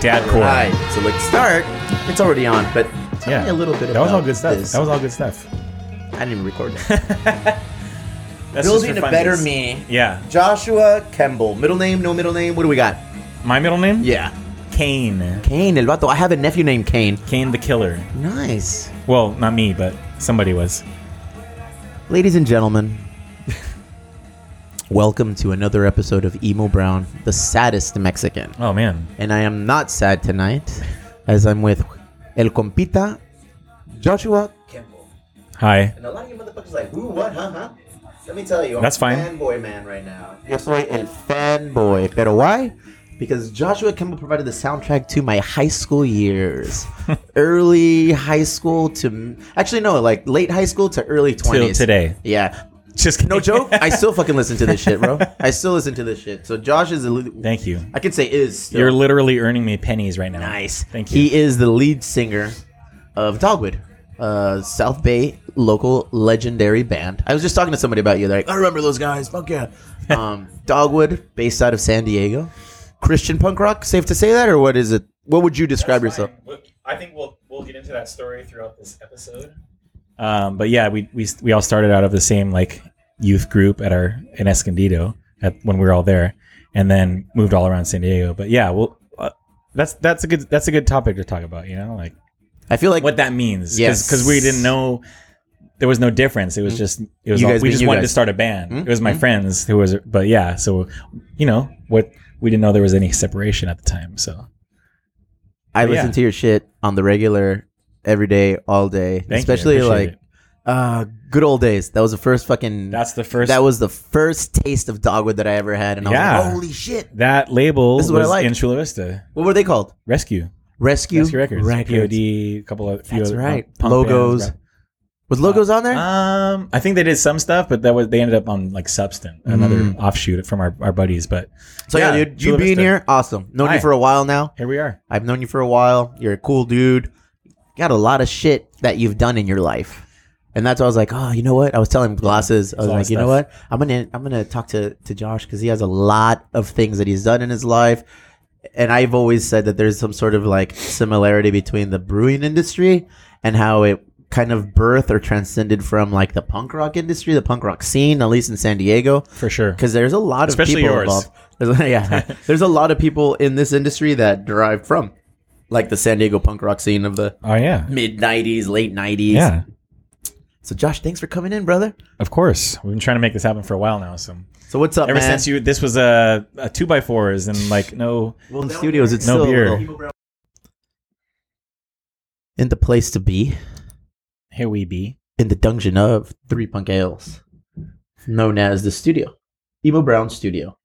Dad core. Right. So let's start. It's already on, but tell Yeah, me a little bit That was all about good stuff. this. That was all good stuff. I didn't even record that. That's just Building for a better funsies. me. Yeah, Joshua Kemble. Middle name, no middle name. What do we got? my middle name. Yeah. Kane. Kane, El Vato. I have a nephew named Kane. Kane the Killer. Nice. Well, not me, but somebody was. Ladies and gentlemen, welcome to another episode of Emo Brown, the saddest Mexican. Oh man, And I am not sad tonight, as I'm with El Compita, Joshua Kemble. hi. And a lot of you motherfuckers like, who, what, huh, huh? Let me tell you, I'm That's fine. fanboy man right now. Yo soy el fanboy. Pero why? Because Joshua Kimball provided the soundtrack to my high school years. early high school to... Actually, no, like late high school to early 20s. today. Yeah. Just kidding. No joke, I still fucking listen to this shit, bro. I still listen to this shit. So Josh is... A, Thank you. I could say is still. You're literally earning me pennies right now. Nice. Thank you. He is the lead singer of Dogwood, uh, South Bay local legendary band. I was just talking to somebody about you. They're like, I remember those guys. Fuck yeah. um, Dogwood, based out of San Diego. Christian punk rock, safe to say that, or what is it? What would you describe yourself? I think we'll we'll get into that story throughout this episode. Um, but yeah, we, we we all started out of the same like youth group at our in Escondido at when we were all there, and then moved all around San Diego. But yeah, well, uh, that's that's a good that's a good topic to talk about. You know, like I feel like what that means. Yes. Mm-hmm. because we didn't know there was no difference. It was just it was You all, guys we being just you wanted to guys. start a band. Mm, It was my mm. friends who was, but yeah. So you know what we didn't know there was any separation at the time. So I yeah. listen to your shit on the regular, every day, all day. you. Especially Appreciate like it. uh good old days. That was the first fucking that's the first that was the first taste of Dogwood that I ever had and I Yeah. was like, holy shit. that label This is what I was like. in Chula Vista What were they called? Rescue. Rescue, Rescue Records, POD, a couple of few That's other right. punk Logos. bands, Was logos on there? right? Um, I think they did some stuff, but that was they ended up on like Substance, Mm. another offshoot from our, our buddies. But so yeah, yeah, dude, you Chula being Vista. here, awesome. Known Hi. you for a while now. here we are. I've known you for a while. You're a cool dude. Got a lot of shit that you've done in your life. And that's why I was like, oh, you know what? I was telling glasses. I was lot of like, you know what? I'm gonna I'm gonna talk to to Josh because he has a lot of things that he's done in his life. And I've always said that there's some sort of like similarity between the brewing industry and how it kind of birthed or transcended from like the punk rock industry, the punk rock scene, at least in San Diego. For sure. because there's a lot of Especially people yours. involved. There's, yeah, there's a lot of people in this industry that derive from like the San Diego punk rock scene of the Oh yeah. mid '90s, late '90s. Yeah. So, Josh, thanks for coming in, brother. Of course. We've been trying to make this happen for a while now, so So, what's up, ever man? since you this was a, a two by fours and like no well, in studios, it's No still a beer. little- in the place to be here we be. in the dungeon of three punk ales, known as the studio, Emo Brown Studio.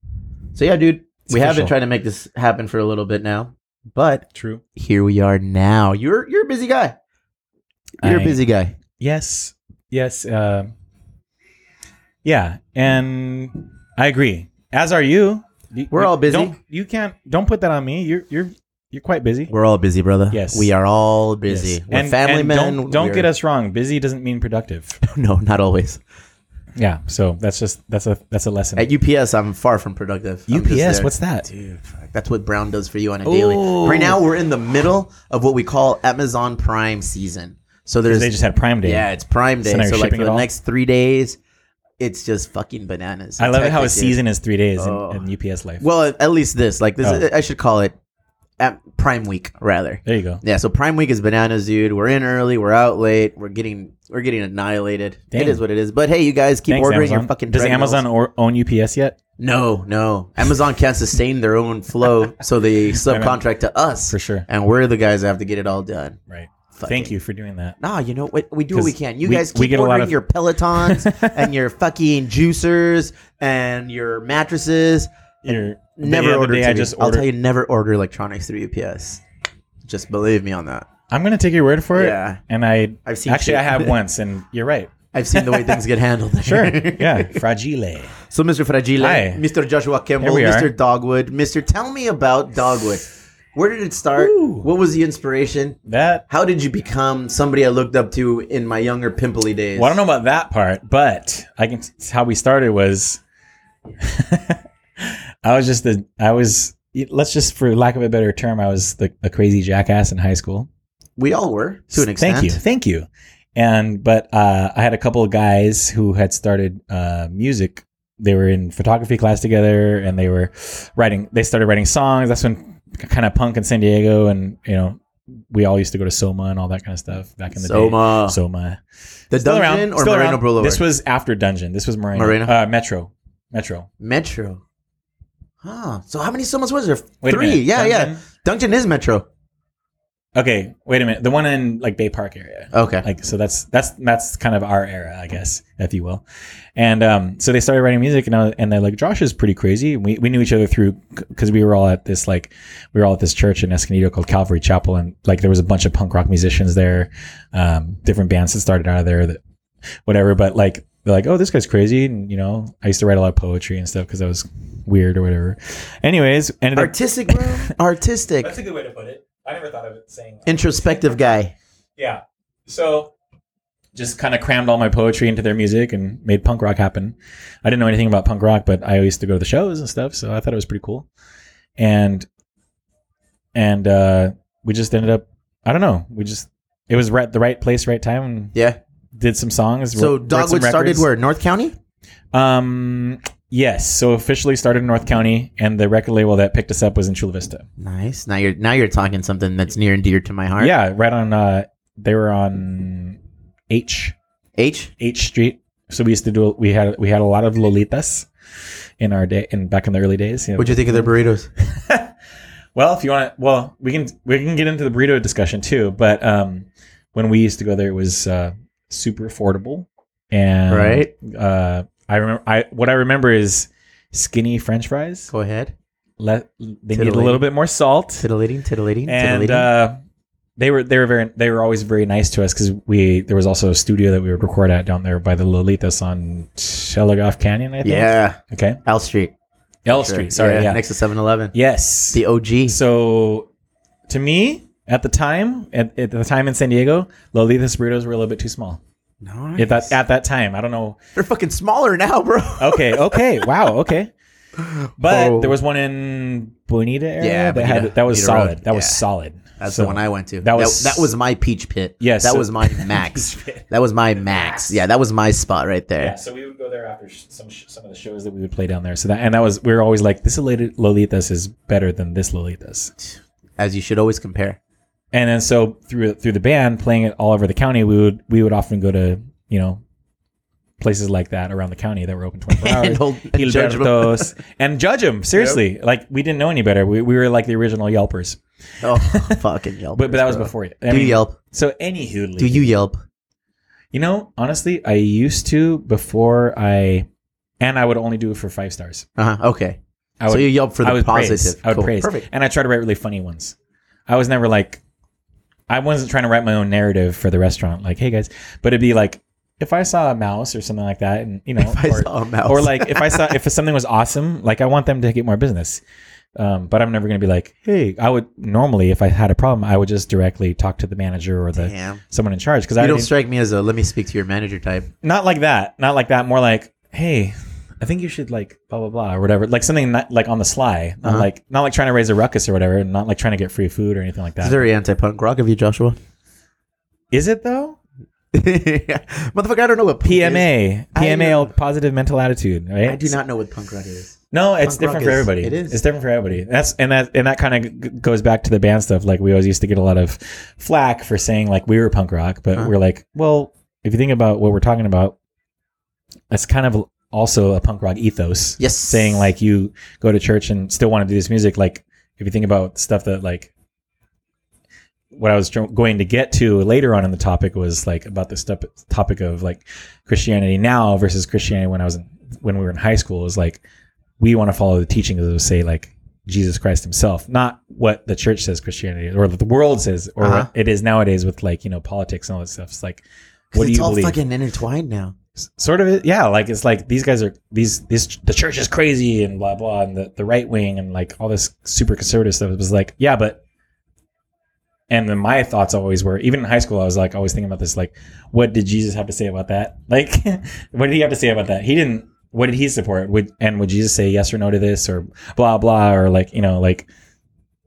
So, yeah, dude, It's we have been official. trying to make this happen for a little bit now, but True. here we are now. You're you're a busy guy. You're a I- busy guy. Yes. Yes. Uh, yeah. And I agree. As are you. You- We're you- all busy. Don't, you can't don't put that on me. You're you're you're quite busy. We're all busy, brother. Yes. we are all busy. Yes. We're family and men. Don't, don't We're- get us wrong. Busy doesn't mean productive. No, not always. yeah. So that's just that's a that's a lesson. At UPS, I'm far from productive. I'm just there. that? Dude, fuck, that's what Brown does for you on a daily. Ooh. Right now, we're in the middle of what we call Amazon Prime season. So there's They just had Prime Day. yeah, it's Prime Day. So now So, you're like shipping for it the all? next three days, it's just fucking bananas. I love it how a It's hectic, dude. season is three days in- Oh. in, UPS life. Well, at- at least this. Like this, Oh. I should call it at Prime Week rather. there you go. Yeah, so Prime Week is bananas, dude. We're in early, we're out late, we're getting we're getting annihilated. It Dang. is what it is. But hey, you guys keep Thanks, ordering Amazon. your fucking. Does bread Amazon rolls. or, own UPS yet? No, no. Amazon can't sustain their own flow, so they subcontract to us, For sure. and we're the guys that have to get it all done. Right. Fucking- Thank you for doing that. Nah, you know what? We do what we 'Cause can. You we- guys keep we get a lot ordering of- your Pelotons and your fucking juicers and your mattresses. You're Never the other order. day to I me. just I'll ordered. tell you, never order electronics through UPS. Just believe me on that. I'm gonna take your word for it. Yeah. And I I've seen actually shit. I have once, and you're right. I've seen the way things get handled. Sure. yeah. Fragile. So, Mr. Fragile, Hi. Mr. Joshua Campbell, Here we Mr. are. Dogwood, Mr. Tell me about Dogwood. Where did it start? Ooh. What was the inspiration? That. How did you become somebody I looked up to in my younger pimply days? Well, I don't know about that part, but I can. How we started was, I was just the I was let's just for lack of a better term, I was the, a crazy jackass in high school. We all were to an extent. Thank you, thank you. And but uh, I had a couple of guys who had started uh, music. They were in photography class together, and they were writing. They started writing songs. That's when kind of punk in San Diego, and you know, we all used to go to Soma and all that kind of stuff back in the day. Soma, Soma, the Still dungeon around, or still Moreno around. Boulevard. This was after Dungeon. This was Moreno. Moreno? Uh, Metro. Metro. Metro. Huh. So how many Somas was there? Wait Three. A minute. Yeah, yeah. Dungeon? Dungeon is Metro. Okay, wait a minute. The one in like Bay Park area. Okay. Like so that's that's that's kind of our era, I guess, if you will. And um, so they started writing music, and I was, and they're like, Josh is pretty crazy. We we knew each other through because we were all at this like we were all at this church in Escondido called Calvary Chapel, and like there was a bunch of punk rock musicians there, um, different bands that started out of there, that whatever. But like they're like, oh, this guy's crazy, and you know, I used to write a lot of poetry and stuff because I was weird or whatever. Anyways, ended up Artistic, bro. Artistic. That's a good way to put it. I never thought of it saying. Introspective guy. Yeah. So just kind of crammed all my poetry into their music and made punk rock happen. I didn't know anything about punk rock, but I used to go to the shows and stuff, so I thought it was pretty cool. And and uh, we just ended up, I don't know, we just it was right the right place, right time, and Yeah. did some songs. wrote- So wrote some Dogwood started records. where? North County? Um, yes, so officially started in North County, and the record label that picked us up was in Chula Vista. Nice. Now you're now you're talking something that's near and dear to my heart. Yeah, right on. Uh, they were on H H. H Street. So we used to do. We had we had a lot of lolitas in our day and back in the early days. you know. What'd you think of their burritos? well, if you want, to, well, we can we can get into the burrito discussion too. But um, when we used to go there, it was uh, super affordable and Right. Uh, I remember. I what I remember is skinny French fries. Go ahead. Let they need a Titillating. little bit more salt. Titillating, titillating, and titillating. uh, they were they were very they were always very nice to us because we there was also a studio that we would record at down there by the Lolitas on Telegraph Canyon. I think. yeah. Okay. L Street. L Sure. Street. Sorry. Yeah. Next to 7 Eleven. yes. The OG. so, to me, at the time, at, at the time in San Diego, Lolitas burritos were a little bit too small. Nice. At that Uh, at that time, I don't know. They're fucking smaller now, bro. Okay. Okay. wow. Okay. But Oh. there was one in Bonita area Yeah, that Bonita- had that was Bonita solid. Road. That was Yeah. solid. That's So- the one I went to. that was- that, was my peach pit. Yes. That was my max. that was my max. Yeah, that was my spot right yeah, there. so we would go there after sh- some sh- some of the shows. shows that we would play down there. So that and that was we were always like this Lolita- Lolitas is better than this Lolitas. As you should always compare. And then so through through the band playing it all over the county, we would we would often go to you know places like that around the county that were open twenty four And hours. hold and judge them. Gilbertos and judge them seriously. Like we didn't know any better. We, we were like the original Yelpers, Oh, fucking Yelp. but but that was before. I Do you mean, Yelp? So anywho, Do you Yelp? You know, honestly, I used to before I, and I would only do it for five stars. Uh huh. Okay. I so would you Yelp for the I would Praise. positive. I would Cool. praise. Perfect. And I try to write really funny ones. I was never like, I wasn't trying to write my own narrative for the restaurant. Like, hey guys, but it'd be like, if I saw a mouse or something like that, and you know, If I or, saw a mouse. or like if I saw if something was awesome, like I want them to get more business. Um, but I'm never gonna be like, hey, I would normally if I had a problem, I would just directly talk to the manager or the Damn. someone in charge because I You don't already- strike me as a let me speak to your manager type. not like that, not like that. More like, hey, I think you should like blah blah blah or whatever, like something not, like on the sly, not Uh-huh. like not like trying to raise a ruckus or whatever, and not like trying to get free food or anything like It's that. Is very anti punk rock of you, Joshua. it though? Motherfucker, I don't know what punk Is. PMA, I know. PMA, positive mental attitude, right? I do not know what punk rock is. No, it's Punk rock different for is- everybody. it is. It's different for everybody. That's and that and that kind of g- goes back to the band stuff. Like we always used to get a lot of flack for saying like we were punk rock, but Huh. we're like, well, if you think about what we're talking about, that's kind of also a punk rock ethos. Yes. saying like you go to church and still want to do this music. Like if you think about stuff that like what I was tr- going to get to later on in the topic was like about this stuff, topic of like Christianity now versus Christianity when I was in, when we were in high school is like we want to follow the teachings of say like Jesus Christ himself, not what the church says Christianity is or what the world says or Uh-huh. what it is nowadays with like, you know, politics and all that stuff. It's like, 'Cause what do it's you all believe? fucking intertwined now. sort of yeah like it's like these guys are these this the church is crazy and blah blah and the, the right wing and like all this super conservative stuff it was like yeah but and then my thoughts always were even in high school i was like always thinking about this like what did jesus have to say about that like what did he have to say about that he didn't what did he support? Would and would Jesus say yes or no to this or blah blah or like you know like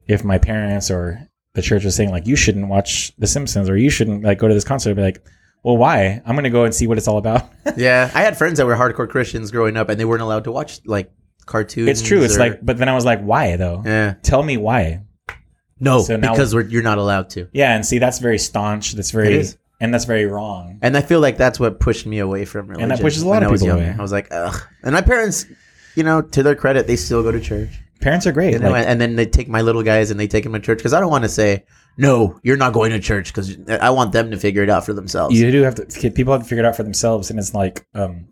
if my parents or the church was saying like you shouldn't watch The Simpsons or you shouldn't like go to this concert, I'd be like, well, why? I'm gonna go and see what it's all about. yeah, I had friends that were hardcore Christians growing up, and they weren't allowed to watch like cartoons. it's true. It's or- like, but then I was like, why though? yeah, Tell me why. no, So now- because we're, you're not allowed to. Yeah, and see, that's very staunch. That's It very is. and that's very wrong. And I feel like that's what pushed me away from religion. that pushes a lot when of I was people young. away. I was like, ugh. And my parents, you know, to their credit, they still go to church. Parents are great. You know, like- and then they take my little guys and they take them to church because I don't want to say no, you're not going to church because I want them to figure it out for themselves. you do have to kid- people have to figure it out for themselves and it's like um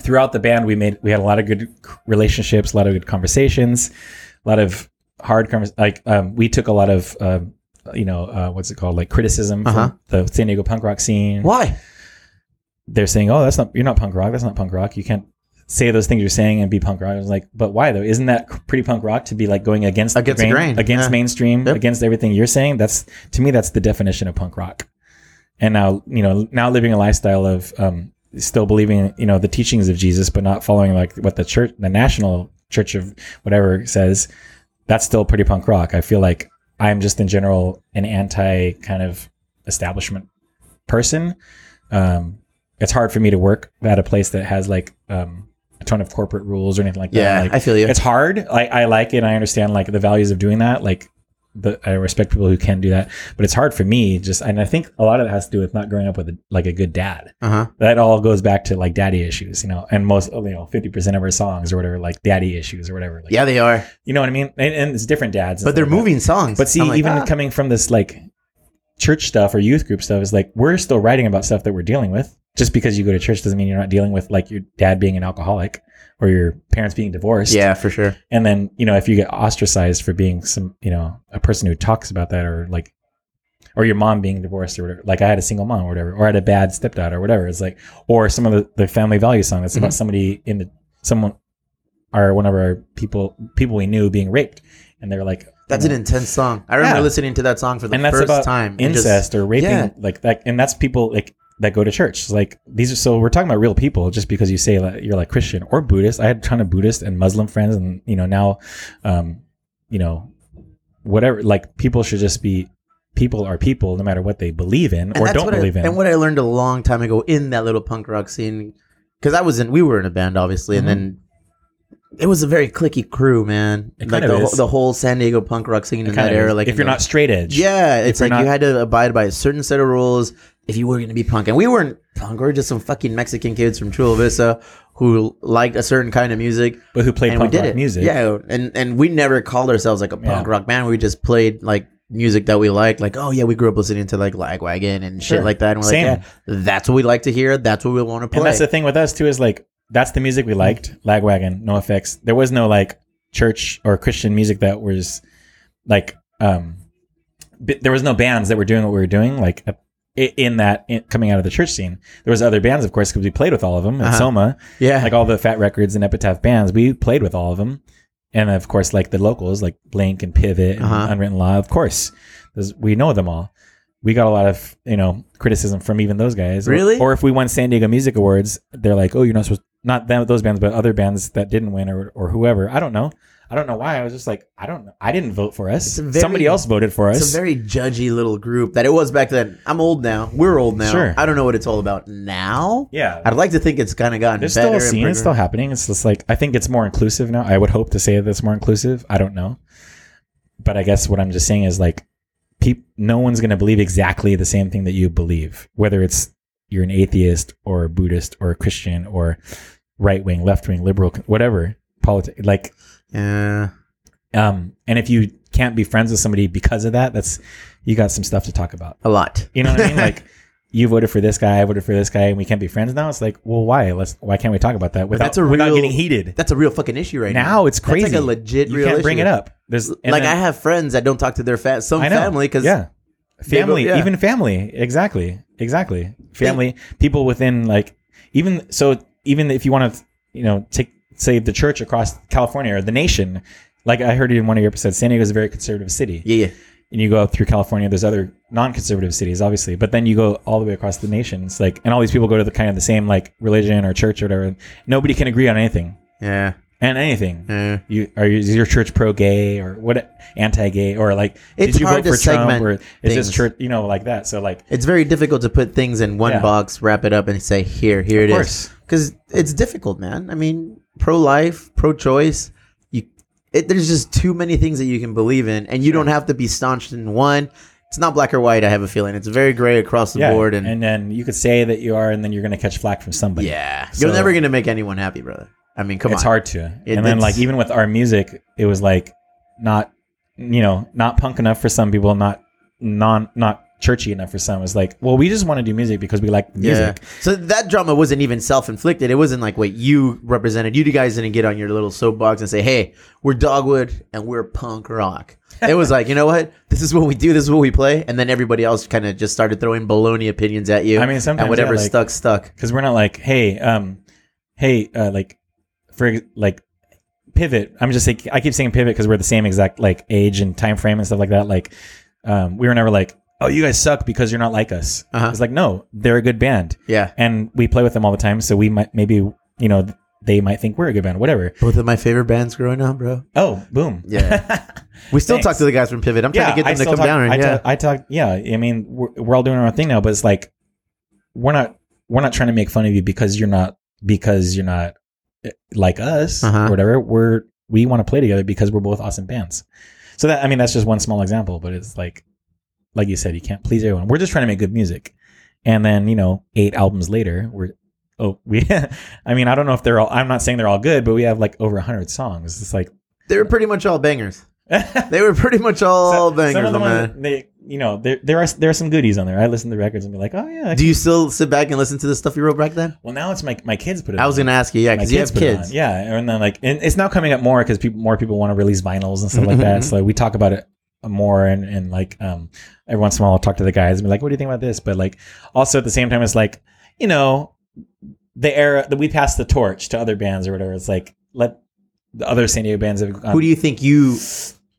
throughout the band we made we had a lot of good c- relationships a lot of good conversations a lot of hard convers like um we took a lot of um you know uh what's it called like criticism Uh-huh. from the san diego punk rock scene Why? they're saying oh that's not you're not punk rock that's not punk rock you can't say those things you're saying and be punk rock i was like but why though isn't that c- pretty punk rock to be like going against Against the grain, against yeah. mainstream Yep. against everything you're saying that's to me that's the definition of punk rock and now you know now living a lifestyle of um, still believing you know the teachings of jesus but not following like what the church the national church of whatever says that's still pretty punk rock i feel like i'm just in general an anti kind of establishment person um, it's hard for me to work at a place that has like um, a ton of corporate rules or anything like Yeah, that like, I feel you. it's hard. I, I like it. I understand like the values of doing that. Like the, I respect people who can do that, but it's hard for me. Just and I think a lot of it has to do with not growing up with a, like a good dad. Uh huh. That all goes back to like daddy issues, you know. And most you know fifty percent of our songs or whatever like daddy issues or whatever. Like, Yeah, they are, you know what I mean. And, and it's different dads, and but they're stuff like that. moving songs. But see, I'm like, even ah. coming from this like church stuff or youth group stuff is like we're still writing about stuff that we're dealing with. Just because you go to church doesn't mean you're not dealing with like your dad being an alcoholic or your parents being divorced yeah, for sure. and then you know if you get ostracized for being some you know a person who talks about that or like or your mom being divorced or whatever like i had a single mom or whatever or I had a bad stepdad or whatever it's like or some of the, the family value song that's Mm-hmm. about somebody in the someone or one of our people people we knew being raped and they're like That's you an know, intense song. I remember Yeah. listening to that song for the and that's first about time. and just- incest or raping yeah. like that and that's people like that go to church It's like these are so we're talking about real people just because you say like, you're like christian or buddhist i had a ton of buddhist and muslim friends and you know now um you know whatever like people should just be people are people no matter what they believe in and or that's don't what I- believe in And what I learned a long time ago in that little punk rock scene, because I was in, we were in a band, obviously, Mhm. and then it was a very clicky crew, man. It like kind of the, whole- is. the whole San Diego punk rock scene in Kinda that era. is. Like if in you're the- not straight edge yeah, it's you're like not- you had to abide by a certain set of rules if you were going to be punk, and we weren't punk. We were just some fucking Mexican kids from Chula Vista who liked a certain kind of music but who played and we punk did rock it. music Yeah, and and we never called ourselves like a punk Yeah. rock band. We just played like music that we liked. Like, oh yeah, we grew up listening to like Lagwagon and shit Sure. like that. And we're Same. like, yeah, that's what we like to hear. That's what we want to play. Mm. And that's the thing with us too is like that's the music we liked. Lagwagon, no effects. There was no like church or Christian music that was like um bi- there was no bands that were doing what we were doing like uh, i- in that in, coming out of the church scene. There was other bands of course because we played with all of them at Uh-huh. Soma, yeah, like all the Fat Records and Epitaph bands. We played with all of them. And of course like the locals like Blink and Pivot and Uh-huh. Unwritten Law, of course. Those- We know them all we got a lot of you know criticism from even those guys. Or- Really? Or, if we won San Diego Music Awards, they're like, "Oh, you're not supposed not them, those bands, but other bands that didn't win or or whoever." I don't know. I don't know why. I was just like, I don't. know. I didn't vote for us. It's a very- Somebody else voted for us. it's a very judgy little group that it was back then. I'm old now. We're old now. Sure. I don't know what it's all about now. yeah. I'd like to think it's kind of gotten There's better. still a and scene. It's still progressed. happening. It's just like I think it's more inclusive now. I would hope to say that it's more inclusive. I don't know, but I guess what I'm just saying is like, peop, no one's going to believe exactly the same thing that you believe, whether it's you're an atheist or a Buddhist or a Christian or right wing, left wing, liberal, whatever politics. Like, yeah. um, and if you can't be friends with somebody because of that, that's you got some stuff to talk about. A lot. You know what I mean? Like you voted for this guy, I voted for this guy, and we can't be friends now. It's like, well, why? Let's why can't we talk about that without that's a without real- getting heated? That's a real fucking issue right now. now it's That's crazy. like a legit You real can't bring issue. it up. There's and like then- I have friends that don't talk to their fa- some I know. family because yeah, they go- family, yeah. even family, exactly, exactly, family, people within like even so even if you want to you know take say the church across California or the nation, like I heard in one of your episodes, San Diego is a very conservative city. yeah, yeah. and you go up through California, there's other non-conservative cities, obviously, but then you go all the way across the nation. It's like, and all these people go to the kind of the same like religion or church or whatever. Nobody can agree on anything Yeah. and anything. yeah. You are you, is your church pro-gay or what anti-gay or like It's did you hard vote for to Trump segment or is this things. church you know like that? So like It's very difficult to put things in one Yeah. box, wrap it up, and say, here, here Of it course. is. Because it's difficult, man. I mean, pro life, pro choice. You, it, There's just too many things that you can believe in, and you don't have to be staunched in one. It's not black or white, I have a feeling. It's very gray across the yeah, board. And, then you could say that you are, and then you're gonna catch flack from somebody. yeah, So- you're never going to make anyone happy, brother. I mean, come it's on. hard to. It- and then like it's- even with our music, it was like not you know not punk enough for some people, not non not churchy enough for some. It's like well, we just want to do music because we like music. Yeah. So that drama wasn't even self-inflicted. It wasn't like what you represented. You guys didn't get on your little soapbox and say, "Hey, we're Dogwood and we're punk rock." It was like, you know what? This is what we do. This is what we play. And then everybody else kind of just started throwing baloney opinions at you. I mean, sometimes, and whatever yeah, like- stuck stuck. Because we're not like hey um hey uh, like for ex- like pivot. I'm just like I keep saying pivot because we're the same exact like age and time frame and stuff like that. Like um we were never like oh you guys suck because you're not like us. Uh-huh. It's like no, they're a good band. Yeah. and we play with them all the time. So we might maybe you know they might think we're a good band, whatever. Both of my favorite bands growing up, bro. Oh, boom. Yeah. We still Thanks. talk to the guys from Pivot. I'm trying to get I them to still come talk- down. And, I yeah. talk- I talk. Yeah, I mean we're, we're all doing our own thing now, but it's like we're not we're not trying to make fun of you because you're not because you're not eh, like us Uh-huh. or whatever. We're we want to play together because we're both awesome bands. So that I mean that's just one small example, but it's like like you said, you can't please everyone. We're just trying to make good music, and then you know eight albums later we're. Oh, we. I mean, I don't know if they're all. I'm not saying they're all good, but we have like over hundred songs. It's like they were pretty much all bangers. They were pretty much all so- bangers, Some of the my man. ones that they, you know, there there are there are some goodies on there. I listen to the records and be like, oh yeah. I Do you still sit back and listen to the stuff you wrote back then? well, now it's my my kids put it. I was on. gonna ask you, yeah, My because you have put it kids. on. Yeah, and then like, and it's now coming up more because people more people want to release vinyls and stuff like that. Mm-hmm. So we talk about it more and and like um every once in a while I'll talk to the guys and be like, what do you think about this? But like also at the same time, it's like you know the era that we pass the torch to other bands or whatever. It's like let the other San Diego bands have gone Who do you think you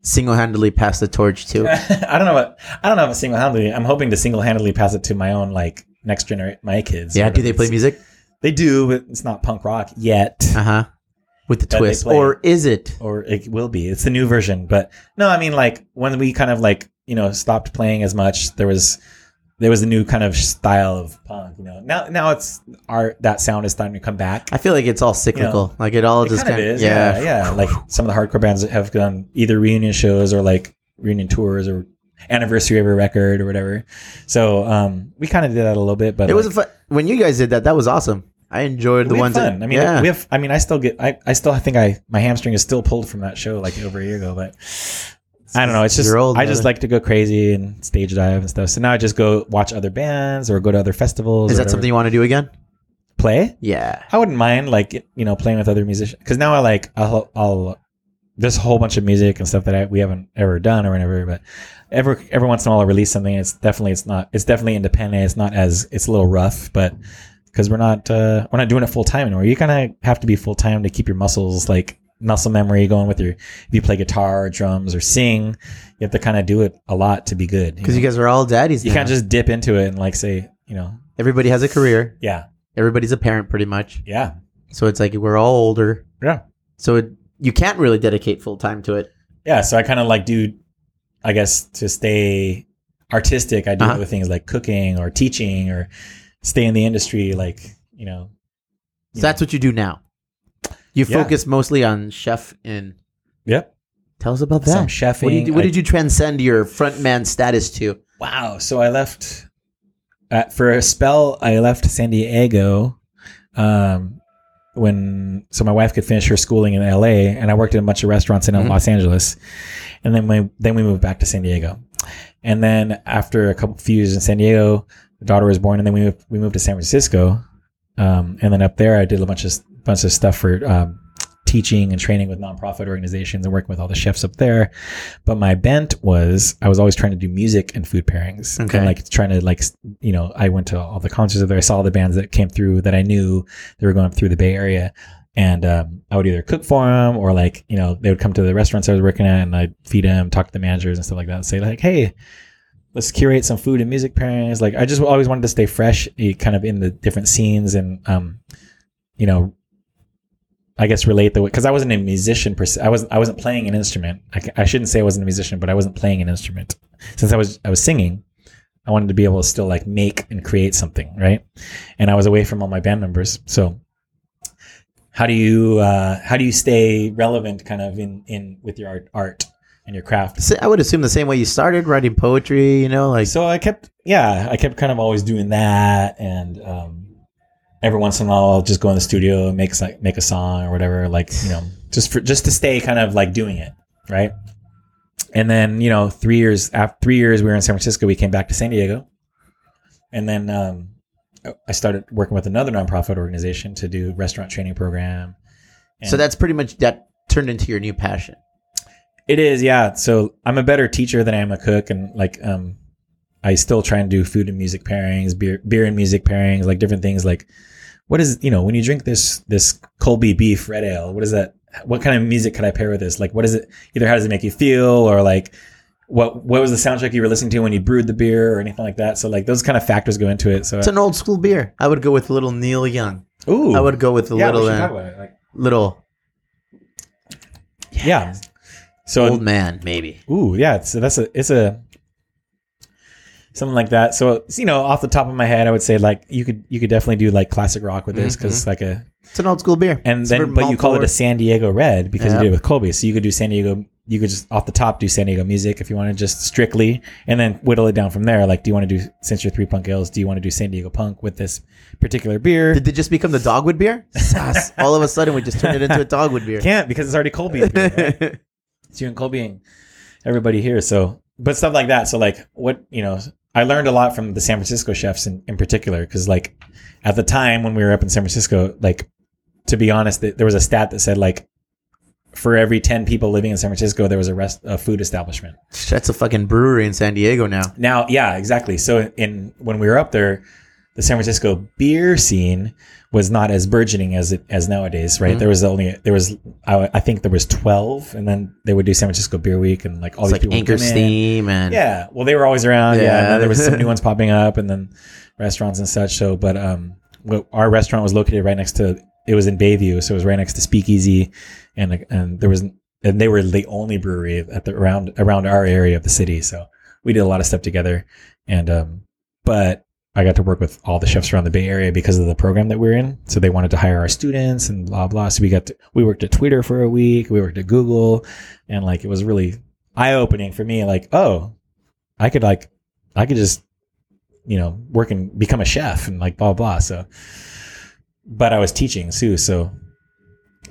single-handedly passed the torch to? I don't know what I don't know if single handedly. I'm hoping to single handedly pass it to my own like next generation, my kids. yeah, do they play music? They do, but it's not punk rock yet, Uh huh. With the That they twist, play. or is it? or it will be. It's the new version, but no, I mean like when we kind of like you know stopped playing as much, there was there was a new kind of style of punk. You know, now now it's our that sound is starting to come back. I feel like it's all cyclical. Like it all It just kind of is, yeah. yeah, yeah. Like some of the hardcore bands that have done either reunion shows or like reunion tours or anniversary of a record or whatever. So um, we kind of did that a little bit, but It was like, a fun when you guys did that. That was awesome. I enjoyed the we ones. had fun. That, I mean, yeah. we have. I mean, I still get. I, I still think I my hamstring is still pulled from that show like over a year ago, but. I don't know. It's just You're old, I just brother. like to go crazy and stage dive and stuff. So now I just go watch other bands or go to other festivals. or is that whatever. something you want to do again? play? Yeah. I wouldn't mind like you know playing with other musicians because now I like I'll, I'll there's a whole bunch of music and stuff that I, we haven't ever done or whatever. But every every once in a while I release something. It's definitely it's not it's definitely independent. It's not as it's a little rough, but because we're not uh, we're not doing it full time anymore. You kind of have to be full time to keep your muscles like muscle memory going with your if you play guitar or drums or sing you have to kind of do it a lot to be good Because you guys are all daddies. you now. can't just dip into it and like say you know Everybody has a career. yeah Everybody's a parent, pretty much. yeah So it's like we're all older. yeah So it, you can't really dedicate full time to it. yeah so i kind of like do i guess to stay artistic i do Uh-huh. other things like cooking or teaching or stay in the industry like you know So that's what you do now. You Yeah. focus mostly on chef and yep tell us about some that. chefing What, did you, what I- did you transcend your frontman status to? wow so i left uh, for a spell i left san diego um when so my wife could finish her schooling in la and i worked in a bunch of restaurants in Mhm. los angeles and then we then we moved back to san diego and then after a couple few years in san diego the daughter was born and then we moved, we moved to san francisco um, and then up there i did a bunch of bunch of stuff for um, teaching and training with nonprofit organizations and working with all the chefs up there but my bent was i was always trying to do music and food pairings Okay. and like trying to like s- you know i went to all the concerts up there i saw all the bands that came through that i knew they were going up through the bay area and um, I would either cook for them or like you know they would come to the restaurants I was working at and I'd feed them, talk to the managers and stuff like that, and say like, hey, let's curate some food and music pairings. Like I just always wanted to stay fresh, eh, kind of in the different scenes and um, you know, I guess relate the because I wasn't a musician per se. I was I wasn't playing an instrument. I, c- I shouldn't say I wasn't a musician, but I wasn't playing an instrument since I was I was singing. I wanted to be able to still like make and create something, right? And I was away from all my band members, so how do you uh, how do you stay relevant kind of in in with your art, art and your craft So I would assume the same way you started writing poetry, you know, like so i kept yeah i kept kind of always doing that and um every once in a while i'll just go in the studio and make like make a song or whatever like you know just for just to stay kind of like doing it right and then you know three years after three years we were in san francisco we came back to san diego and then um i started working with another nonprofit organization to do restaurant training program so that's pretty much that turned into your new passion. It is, yeah. So I'm a better teacher than I am a cook, and like, um, I still try and do food and music pairings, beer, beer and music pairings, like different things. Like, what is you know when you drink this this Colby beef red ale? What is that? What kind of music could I pair with this? Like, what is it? Either how does it make you feel, or like, what what was the soundtrack you were listening to when you brewed the beer, or anything like that? So like those kind of factors go into it. So It's an old school beer. I would go with little Neil Young. ooh, I would go with a yeah, we little should uh, talk about it, like- little yeah. So old man maybe. Ooh, yeah. So that's a it's a something like that. So it's, you know, off the top of my head, I would say like you could you could definitely do like classic rock with this because like a It's an old school beer. and Mm-hmm. It's then very but you call it a malt San Diego Red because Yeah. you did it with Colby. So you could do San Diego. You could just off the top do San Diego music if you want to just strictly, and then whittle it down from there. Like, do you want to do since you're three punk ales? Do you want to do San Diego punk with this particular beer? Did it just become the dogwood beer? Sus. All of a sudden, we just turned it into a dogwood beer. Can't because it's already Colby. beer, right? it's you and Colby and everybody here. So, but stuff like that. So, like, what you know, I learned a lot from the San Francisco chefs in, in particular because, like, at the time when we were up in San Francisco, like, to be honest, th- there was a stat that said like, for every ten people living in San Francisco, there was a rest a food establishment. That's a fucking brewery in San Diego now. Now, yeah, exactly. So, in when we were up there, the San Francisco beer scene was not as burgeoning as it as nowadays, Mm-hmm. right? There was only there was I, I think there was twelve, and then they would do San Francisco Beer Week, and like all these It's like people would Anchor come in. Steam and Yeah, well, they were always around. Yeah, and Yeah. then there was some new ones popping up, and then restaurants and such. So, but um, what- our restaurant was located right next to. It was in Bayview, so it was right next to Speakeasy, and and there was and they were the only brewery at the around around our area of the city. So we did a lot of stuff together, and um, but I got to work with all the chefs around the Bay Area because of the program that we are in. So they wanted to hire our students and blah blah. So we got to, we worked at Twitter for a week, we worked at Google, and like it was really eye opening for me. Like, oh, I could like I could just you know work and become a chef and like blah blah. So, but I was teaching too, so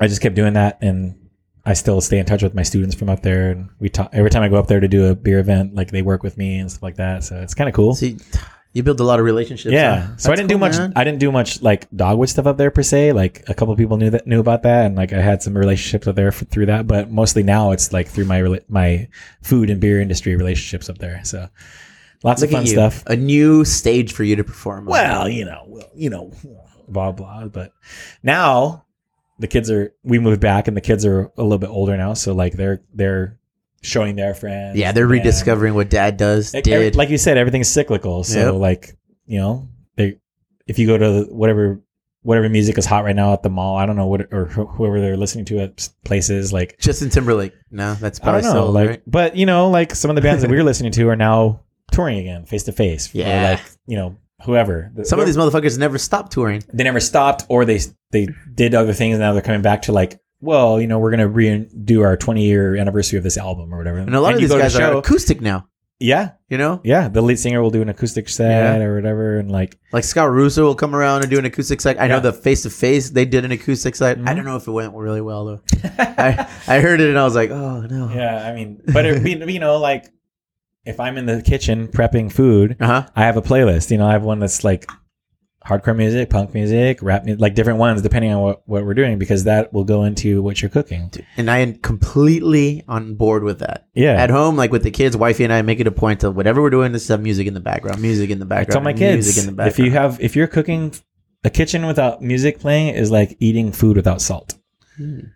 I just kept doing that, and I still stay in touch with my students from up there, and we talk every time I go up there to do a beer event. Like they work with me and stuff like that, so it's kind of cool. So you, you build a lot of relationships. Yeah. huh? So I That's didn't do cool, much. man. I didn't do much like dogwood stuff up there per se. Like a couple people knew that knew about that, and like I had some relationships up there for, through that. But mostly now it's like through my rela- my food and beer industry relationships up there. So lots Look of fun at you. stuff. A new stage for you to perform. on. Well, you know, well, you know, blah blah. But now the kids are. We moved back, and the kids are a little bit older now. So like they're they're showing their friends. yeah, they're and- rediscovering what Dad does. like, did every- like you said, everything's cyclical. So Yep. like you know, they if you go to whatever whatever music is hot right now at the mall, I don't know what or wh- whoever they're listening to at places like Justin Timberlake. No, that's I probably don't know, still like right. but you know, like some of the bands that we were listening to are now touring again, face to face. Or, Yeah. like you know whoever. Some of these motherfuckers never stop touring. they never stopped or they they did other things and now they're coming back to like well you know we're gonna redo our 20 year anniversary of this album or whatever And a lot of you these go to guys show- are acoustic now. yeah You know, yeah the lead singer will do an acoustic set or whatever and like like Scott Russo will come around and do an acoustic set. I Yeah. know the face to face they did an acoustic set. I Mhm. don't know if it went really well though. I, I heard it and I was like, oh no. yeah i mean but it, be you know like if i'm in the kitchen prepping food Uh huh. I have a playlist. You know, I have one that's like hardcore music, punk music, rap, mu- like different ones depending on what, what we're doing because that will go into what you're cooking. And I am completely on board with that. Yeah, At home, like with the kids, wifey and I make it a point to whatever we're doing, just have music in the background, music in the I background, tell my music kids in the if you background. have if you're cooking a kitchen without music playing is like eating food without salt. Well, you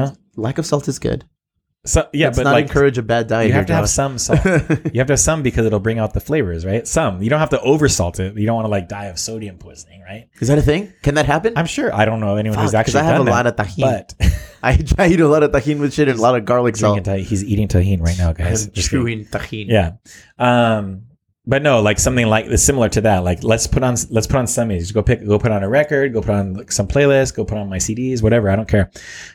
know? lack of salt is good. So yeah, Let's but not like encourage a bad diet. you have here, to have some salt. Josh. You have to have some because it'll bring out the flavors, right? Some. You don't have to oversalt it. You don't want to like die of sodium poisoning, right? is that a thing? Can that happen? I'm sure. I don't know anyone who's Fuck, 'cause actually I have a done lot that, of tahini. But I, I eat a lot of tahini with shit and a lot of garlic drinking salt. tahi- he's eating tahini right now, guys. Just kidding. tahini. Yeah. Um, but no, like something like this, similar to that. Like let's put on let's put on some of these. Go pick, go put on a record. Go put on like, some playlist. Go put on my CDs, whatever. I don't care.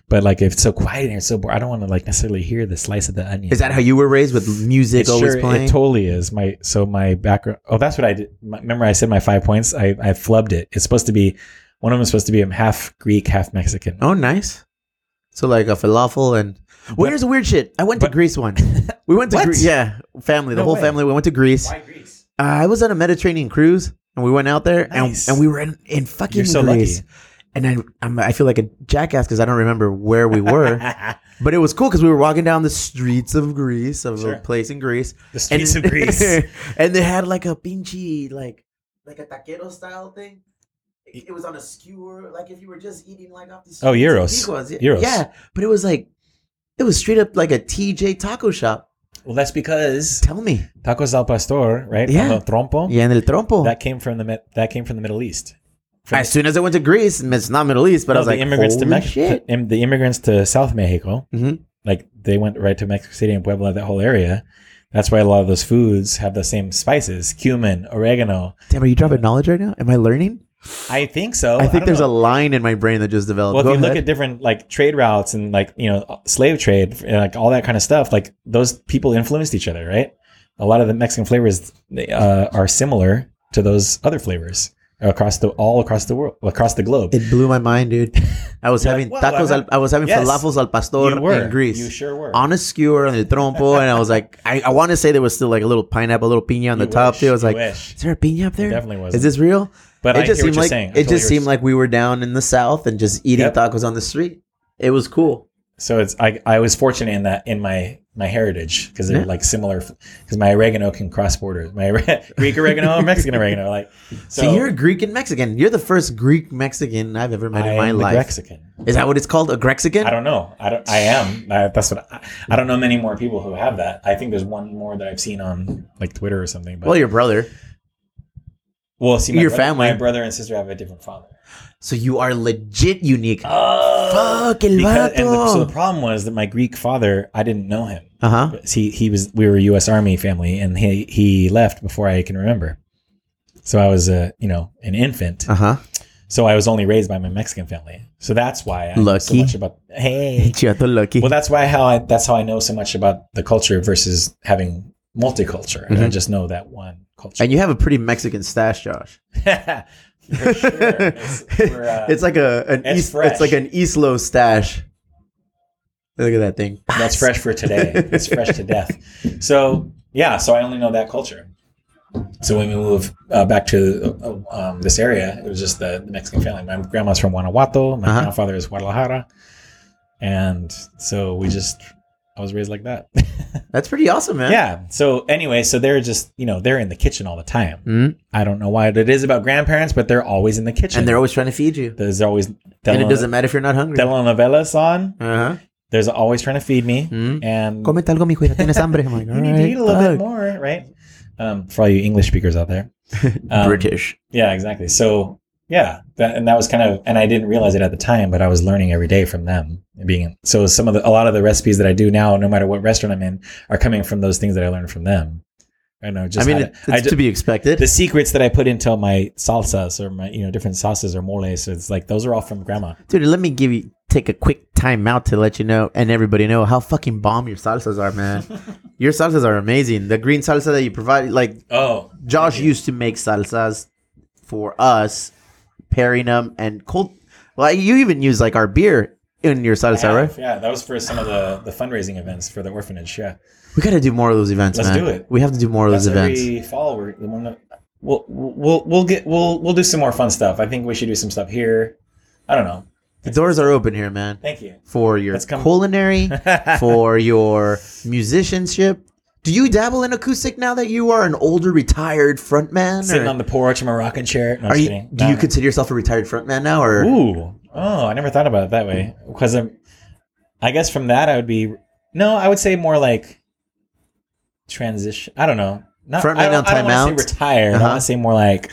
But like if it's so quiet and it's so bored, I don't want to like necessarily hear the slice of the onion. Is that how you were raised with music It always sure- playing? It totally is. My so my background. Oh, that's what I did. My, remember, I said my five points. I I flubbed it. It's supposed to be one of them is supposed to be I'm half Greek, half Mexican. oh, nice. So like a falafel and well, But- here's a weird shit. I went to but- Greece one. We went to What? Greece. Yeah, family, the No whole way. family. We went to Greece. Why Greece? Uh, I was on a Mediterranean cruise, and we went out there, Nice. and, and we were in, in fucking You're so Greece. And I, I'm, I feel like a jackass because I don't remember where we were, but it was cool because we were walking down the streets of Greece, of Sure. a place in Greece, the streets of Greece. and they had like a pinchy, like like a taquero style thing. It, it was on a skewer, like if you were just eating like off the Oh, streets of gyros. Picoas. Yeah, Gyros. Yeah, but it was like it was straight up like a TJ taco shop. Well, that's because Tell me, tacos al pastor, right? Yeah. Al Trompo. yeah, en el trompo. That came from the Mi- that came from the Middle East. From as soon as I went to Greece, and it's not Middle East, but I no, was like, the immigrants to holy Mexico, shit. the immigrants to South Mexico, Mhm. like they went right to Mexico City and Puebla, that whole area. That's why a lot of those foods have the same spices: cumin, oregano. Damn, are you dropping knowledge right now? Am I learning? Oh, I think so. I think don't there's know. a line in my brain that just developed. Well, Go if you look ahead. at different like trade routes and like you know slave trade and like all that kind of stuff, like those people influenced each other, right? A lot of the Mexican flavors uh, are similar to those other flavors across the all across the world, across the globe. it blew my mind, dude. I was You're having like, "Whoa, tacos. I Al, had- I was having Yes. falafels al pastor you were in Greece. You sure were. on a skewer on the trompo, and I was like, I, I want to say there was still like a little pineapple, a little pina on the You top. wish, too. I was you like, wish. is there a pina up there? It definitely Is wasn't. this real? but it I just hear what seemed you're like saying. I it totally just seemed hear- like we were down in the south and just eating Yep. tacos on the street. It was cool. so. It's I I was fortunate in that in my my heritage because they're Yeah. like similar because my oregano can cross borders. My ore- Greek oregano, Mexican oregano, like so. So, you're Greek and Mexican. You're the first Greek Mexican I've ever met I in my am a life. Mexican. Is that what it's called? A Grexican? I don't know. I don't. I am. I, that's what. I, I don't know many more people who have that. I think there's one more that I've seen on like Twitter or something. But Well, your brother. well, see, my your brother- family. My brother and sister have a different father. So you are legit unique. Oh, Fuck, el Uh, and the, so the vato. problem was that my Greek father, I didn't know him. Uh huh. But he he was we were a U.S. Army family, and he he left before I can remember. So I was a you know an infant. Uh huh. So I was only raised by my Mexican family. So that's why I know so Lucky. much about. Hey, Chiato lucky. Well, that's why how I, that's how I know so much about the culture versus having multiculture. I Mm-hmm. don't just know that one culture. and you have a pretty Mexican stash, Josh. For sure. It's, we're, uh, it's like a an it's east, fresh. it's like an Eastlow stash. Look at that thing. that's fresh for today. It's fresh to death. So yeah, so I only know that culture. So when we moved uh, back to uh, um, this area, it was just the, the Mexican family. My grandma's from Guanajuato. My Uh-huh. grandfather is Guadalajara, and so we just I was raised like that. That's pretty awesome, man. yeah. So anyway, so they're just you know they're in the kitchen all the time. Mhm. I don't know why it is about grandparents, but they're always in the kitchen. And they're always trying to feed you. there's always and teleno- it doesn't matter if you're not hungry. telenovelas on. Uh-huh. There's always trying to feed me, Mm. and Comete algo, mijo, ya tienes hambre. I'm like, you need "All to eat a little bit fuck." more, right? Um, for all you English speakers out there, Um, British. Yeah, exactly. So yeah, that, and that was kind of, and I didn't realize it at the time, but I was learning every day from them. and Being so, some of the a lot of the recipes that I do now, no matter what restaurant I'm in, are coming from those things that I learned from them. I know. I Just mean, how it, to- I it's ju- to be expected. the secrets that I put into my salsas or my you know different sauces or moles. It's like those are all from grandma. Dude, let me give you take a quick time out to let you know and everybody know how fucking bomb your salsas are, man. your salsas are amazing. The green salsa that you provide, like Oh, Josh used to make salsas for us, pairing them and cold. Well, you even use like our beer in your salsa, right? Yeah, that was for some of the the fundraising events for the orphanage. Yeah, We got to do more of those events, Let's man. do it. We have to do more of that's those events. every fall. We're, the one that- we'll we'll we'll get we'll we'll do some more fun stuff. I think we should do some stuff here. I don't know. The doors are open here, man, Thank you. for your Let's come- culinary, for your musicianship. Do you dabble in acoustic now that you are an older retired frontman? Sitting or- on the porch in my rocking chair. No, I'm are just you? kidding. Do No, you no. consider yourself a retired frontman now, or Ooh. Oh, I never thought about it that way. Because I'm, I guess from that I would be. No, I would say more like transition. I don't know. Not Frontman I don't, on I don't wanna timeout? Say retired. I Uh-huh. want to say more like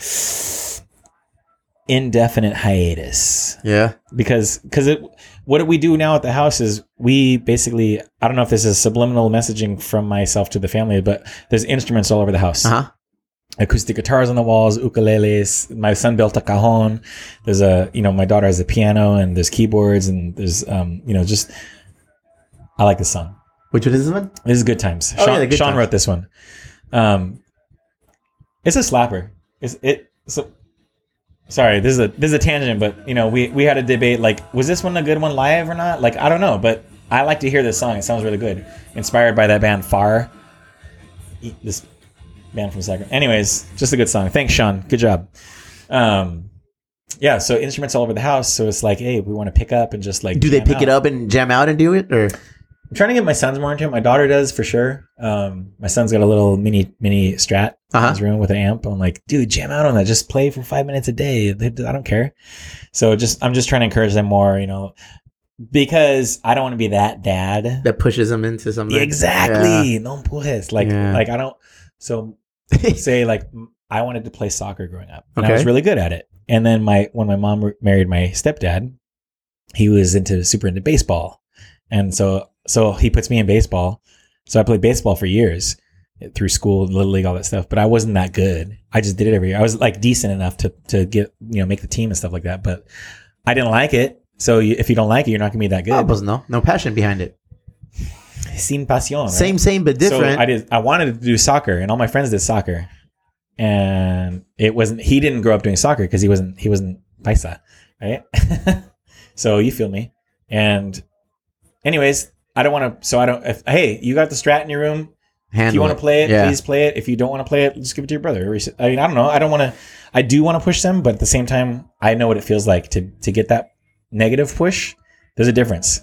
indefinite hiatus yeah? because because it what we do now at the house is we basically I don't know if this is subliminal messaging from myself to the family, but there's instruments all over the house Uh huh. acoustic guitars on the walls, ukuleles. My son built a cajon. There's a, you know, my daughter has a piano and there's keyboards and there's, um, you know, just, I like this song. Which one is this one? This is good times. Oh, Sean, yeah, Good Sean Times. wrote this one. Um, it's a slapper. It's, it, so, sorry, this is a, this is a tangent, but you know, we, we had a debate, like, was this one a good one live or not? Like, I don't know, but I like to hear this song. It sounds really good. Inspired by that band Far. E, This band from Sacramento. Anyways, just a good song. Thanks, Sean. Good job. Um, yeah, so instruments all over the house. So it's like, hey, we want to pick up and just like. Do they jam pick it out. up and jam out and do it, or I'm trying to get my sons more into it. My daughter does for sure. Um, my son's got a little mini mini Strat in uh huh? his room with an amp. I'm like, dude, jam out on that. Just play for five minutes a day. They- I don't care. So just I'm just trying to encourage them more, you know, because I don't want to be that dad. That pushes them into something. Exactly. No empujes. Like Yeah. like I don't. So say like m- I wanted to play soccer growing up, and I was Okay. really good at it. And then my when my mom re- married my stepdad, he was into super into baseball, and so so he puts me in baseball. So I played baseball for years eh, through school, little league, all that stuff. But I wasn't that good. I just did it every year. I was like decent enough to to get you know make the team and stuff like that. But I didn't like it. So you, if you don't like it, you're not gonna be that Yeah. Oh, good. pues no, no passion behind it. Sin pasión. right? Same, same, but different. So I did. I wanted to do soccer, and all my friends did soccer, and it wasn't. He didn't grow up doing soccer because he wasn't. He wasn't paisa, right? so you feel me. And, anyways, I don't want to. So I don't. If, hey, you got the strat in your room. If you Handle want to play it, Yeah. please play it. If you don't want to play it, just give it to your brother. Or you should- I mean, I don't know. I don't want to. I do want to push them, but at the same time, I know what it feels like to to get that negative push. There's a difference.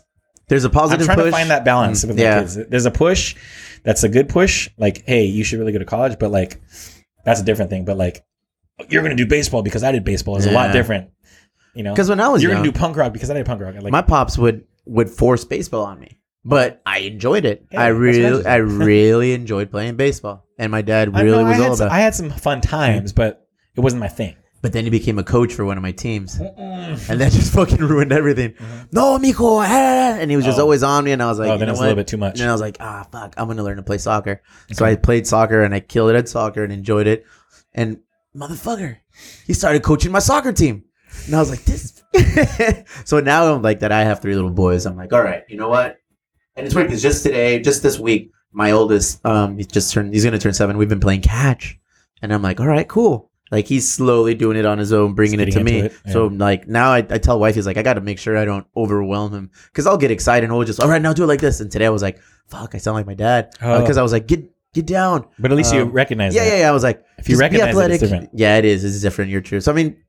There's a I'm positive trying push. to find that balance Mm, with my yeah. kids. There's a push that's a good push, like, hey, you should really go to college, but like, that's a different thing. But like, you're gonna do baseball because I did baseball is a lot Yeah. different, you know. Because when I was you're young, gonna do punk rock because I did punk rock. Like, my pops would would force baseball on me, but I enjoyed it. Yeah, I that's what really, I I really enjoyed playing baseball, and my dad I, really no, I was had all some, about. I had some fun times, but it wasn't my thing. but then he became a coach for one of my teams, and that just fucking ruined everything. No, mijo, eh," and he was just Mm-hmm. Oh. always on me, and I was like, oh, you then know it was a little bit what? too much. And then I was like, ah, fuck, I'm gonna learn to play soccer. So I played soccer and I killed it at soccer and enjoyed it. And motherfucker, he started coaching my soccer team. And I was like, this. so now I'm like that. I have three little boys. I'm like, all right, you know what? And it's weird because just today, just this week, my oldest, um, he just turned. He's gonna turn seven. We've been playing catch, and I'm like, all right, cool. Like he's slowly doing it on his own, bringing it Just to getting me. into it, So like now, I, I tell wife, he's like, I got to make sure I don't overwhelm him because I'll get excited and we'll just all right now do it like this. And today I was like, fuck, I sound like my dad Oh. because I was like, get get down. but at least you um, recognize Yeah, that. yeah, yeah. I was like, If you just be recognize it, it's athletic. different. Yeah, it is. It's different. You're true. So I mean,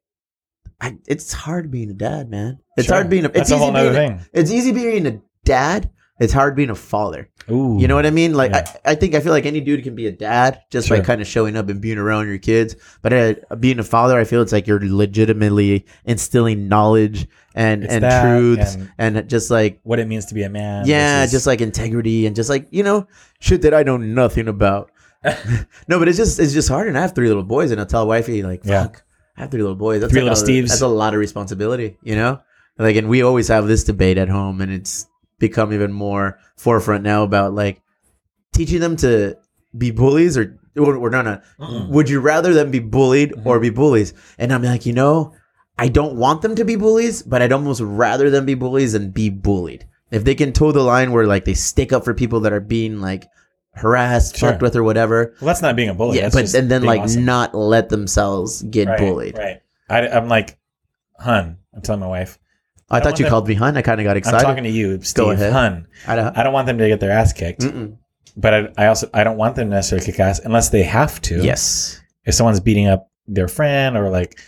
I, it's hard being a dad, man. It's Sure. hard being a. It's That's a easy whole being nother a- thing. It's easy being a dad. It's hard being a father. Ooh, You know what I mean? Like, Yeah. I, I think I feel like any dude can be a dad, just by Sure. kind of showing up and being around your kids. But uh, being a father, I feel it's like you're legitimately instilling knowledge and It's and that truths and- and, just like what it means to be a man. yeah, versus- just like integrity and just like you know shit that I know nothing about. no, but it's just it's just hard. And I have three little boys, and I tell wifey like, Yeah. fuck, I have three little boys. That's Three like little a- Steves. That's a lot of responsibility, you know. Like, and we always have this debate at home, and it's become even more forefront now about like teaching them to be bullies or or, or no no Mm-mm. Mm-hmm. would you rather them be bullied or be bullies and i'm like you know i don't want them to be bullies but i'd almost rather them be bullies than be bullied if they can toe the line where like they stick up for people that are being like harassed Sure. Oh, fucked with or whatever well, that's not being a bully. yeah That's but just and then being like awesome. not let themselves get Right, bullied Right. I, I'm like, hun. I'm telling my wife. i, I thought want you them- called me hun i kind of got I'm excited talking to you, Steve. ahead. Mm. Hun. I don't, I don't want them to get their ass kicked, Mm-mm. but I, I also I don't want them to necessarily kick ass unless they have to. yes If someone's beating up their friend or like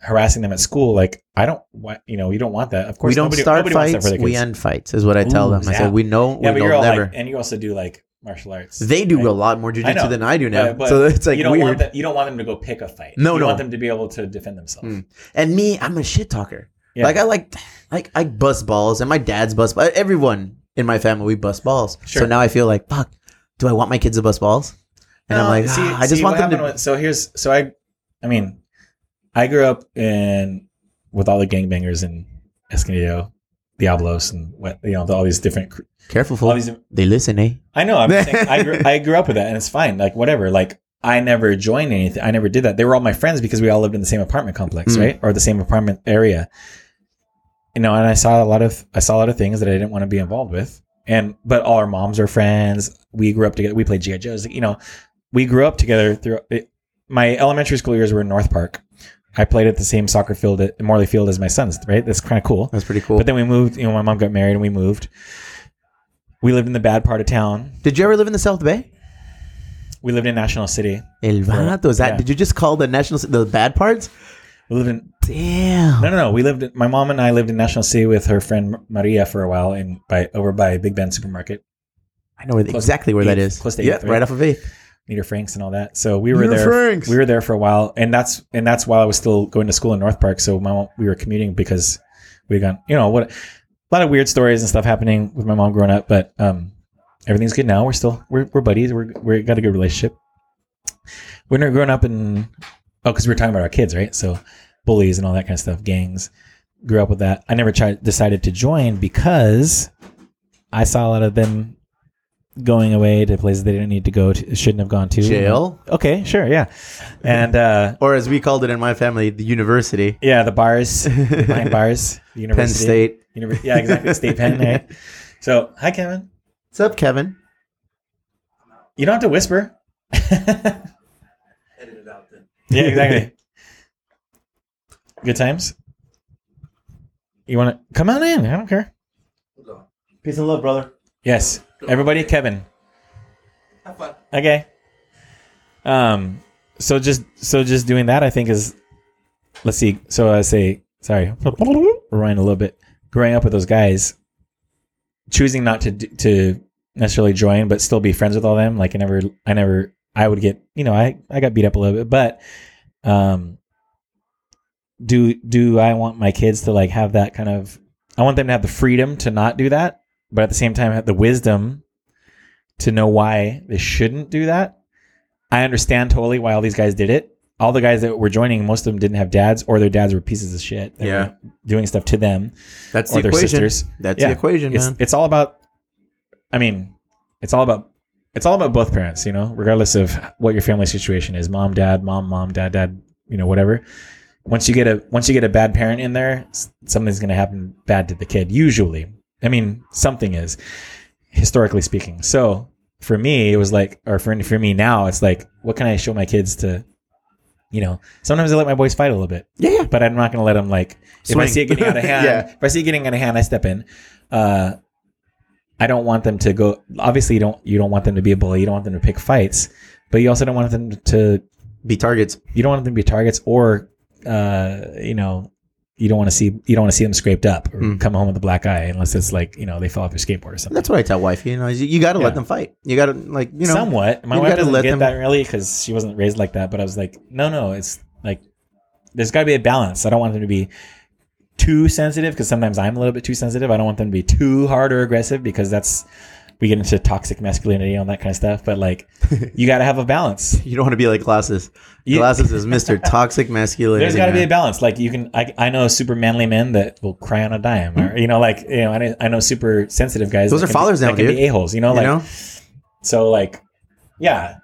harassing them at school, like I don't want you know you don't want that. Of course, we don't nobody, start nobody wants that fights for their we kids. end fights is what i tell Ooh, them i zap. said we know yeah, we but you're know all never like, and you also do like martial arts. They do right? a lot more I know. jujitsu than I do now, But- but so it's like you don't weird. Want them, you don't want them to go pick a fight. No, you no. want them to be able to defend themselves. Mm. And me, I'm a shit talker. Yeah. Like I like, like I bust balls, and my dad's bust. But everyone in my family we bust balls. So Sure. now I feel like, fuck, do I want my kids to bust balls? And I'm No, like, "Ah, I just Um, see want what them to. happened with- so here's so I, I mean, I grew up in with all the gangbangers in Escondido, Diablos, and what- you know all these different cr- Careful, all fool. these. They listen, eh? I know. I'm just saying, I grew, I grew up with that, and it's fine. Like whatever. Like I never joined anything. I never did that. They were all my friends because we all lived in the same apartment complex, Mm. right, or the same apartment area. You know, and I saw a lot of I saw a lot of things that I didn't want to be involved with. And but all our moms are friends. We grew up together. We played GI Joes. You know, we grew up together through. It, my elementary school years were in North Park. I played at the same soccer field at Morley Field as my sons. Right, that's kind of cool. That's pretty cool. But then we moved. You know, my mom got married and we moved. We lived in the bad part of town. Did you ever live in the South Bay? We lived in National City. El Vato. Is that? Yeah. Did you just call the national the bad parts? We lived in Damn. no, no, no. We lived. my mom and I lived in National City with her friend Maria for a while, in by over by Big Ben supermarket, I know where, Close- exactly where that Eighth. is. Close to yeah, Eighth, right? right? off of Eighth. Nita Franks and all that. So we were Nita there. Franks. We were there for a while, and that's and that's while I was still going to school in North Park. So my mom, we were commuting because we got you know what a lot of weird stories and stuff happening with my mom growing up, but um, everything's good now. We're still we're, we're buddies. We're we got a good relationship. When we were growing up in oh, because we were talking about our kids, right? So bullies and all that kind of stuff, gangs. Grew up with that. I never tried decided to join because I saw a lot of them going away to places they didn't need to go to, shouldn't have gone to Jail, Okay, sure, yeah, and uh, or as we called it in my family, the university, yeah, the bars, the wine bars, the Penn university, State. Univers- yeah, exactly, State Penn, right? So, hi, Kevin. What's up, Kevin? You don't have to whisper. Edit it out then. Yeah, exactly. Good times. You want to come on in? I don't care. We'll go. Peace and love, brother. Yes, everybody, Kevin. Have fun. Okay. Um. So just so just doing that, I think is. Let's see. So I say sorry, rewind a little bit. Growing up with those guys, choosing not to d- to necessarily join, but still be friends with all them. Like I never, I never, I would get you know I I got beat up a little bit, but um. Do do I want my kids to like have that kind of? I want them to have the freedom to not do that, but at the same time have the wisdom to know why they shouldn't do that. I understand totally why all these guys did it. All the guys that were joining, most of them didn't have dads, or their dads were pieces of shit. that Yeah. were doing stuff to them That's or the their equation. sisters. That's Yeah. the equation, It's man. it's all about. I mean, it's all about it's all about both parents. You know, regardless of what your family situation is, mom, dad, mom, mom, dad, dad. You know, whatever. Once you get a once you get a bad parent in there, s- something's going to happen bad to the kid. Usually, I mean, something is historically speaking. So for me, it was like, or for for me now, it's like, what can I show my kids to? You know, sometimes I let my boys fight a little bit Yeah, yeah. but I'm not going to let them like. If Swing. I see it getting out of hand, Yeah. if I see it getting out of hand, I step in. Uh, I don't want them to go. Obviously, you don't you don't want them to be a bully. You don't want them to pick fights, but you also don't want them to. Be targets. You don't want them to be targets, or uh, you know, you don't want to see you don't want to see them scraped up or Mm. come home with a black eye unless it's like you know they fell off your skateboard or something. That's what I tell wife. You know, is you, you got to let Yeah. them fight. You got to like you know. somewhat. My you wife gotta doesn't let get them- that really because she wasn't raised like that. But I was like, no, no, it's like there's got to be a balance. I don't want them to be too sensitive because sometimes I'm a little bit too sensitive. I don't want them to be too hard or aggressive because that's we get into toxic masculinity and that kind of stuff. But like, you got to have a balance. You don't want to be like glasses. You- Glasses is Mister Toxic Masculinity. There's got to be a man. balance. Like you can, I, I know super manly men that will cry on a dime, or you know, like you know, I know, I know super sensitive guys. Those that are can fathers be, now, that can dude. be a holes. You know, You like know, So like, yeah,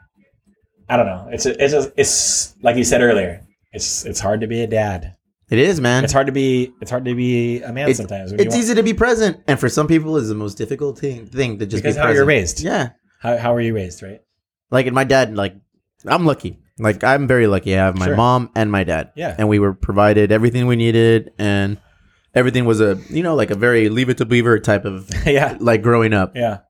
I don't know. It's it's just, it's like you said earlier. It's it's hard to be a dad. it is, man. It's hard to be it's hard to be a man It's- sometimes. when you It's want- easy to be present, and for some people, it's the most difficult thing thing to just because be how present. you're raised. Yeah, How how were you raised, right? like and my dad. Like I'm lucky. Like I'm very lucky. I have my Sure. mom and my dad. Yeah. and we were provided everything we needed, and everything was a you know like a very leave it to beaver type of yeah, like growing up. yeah.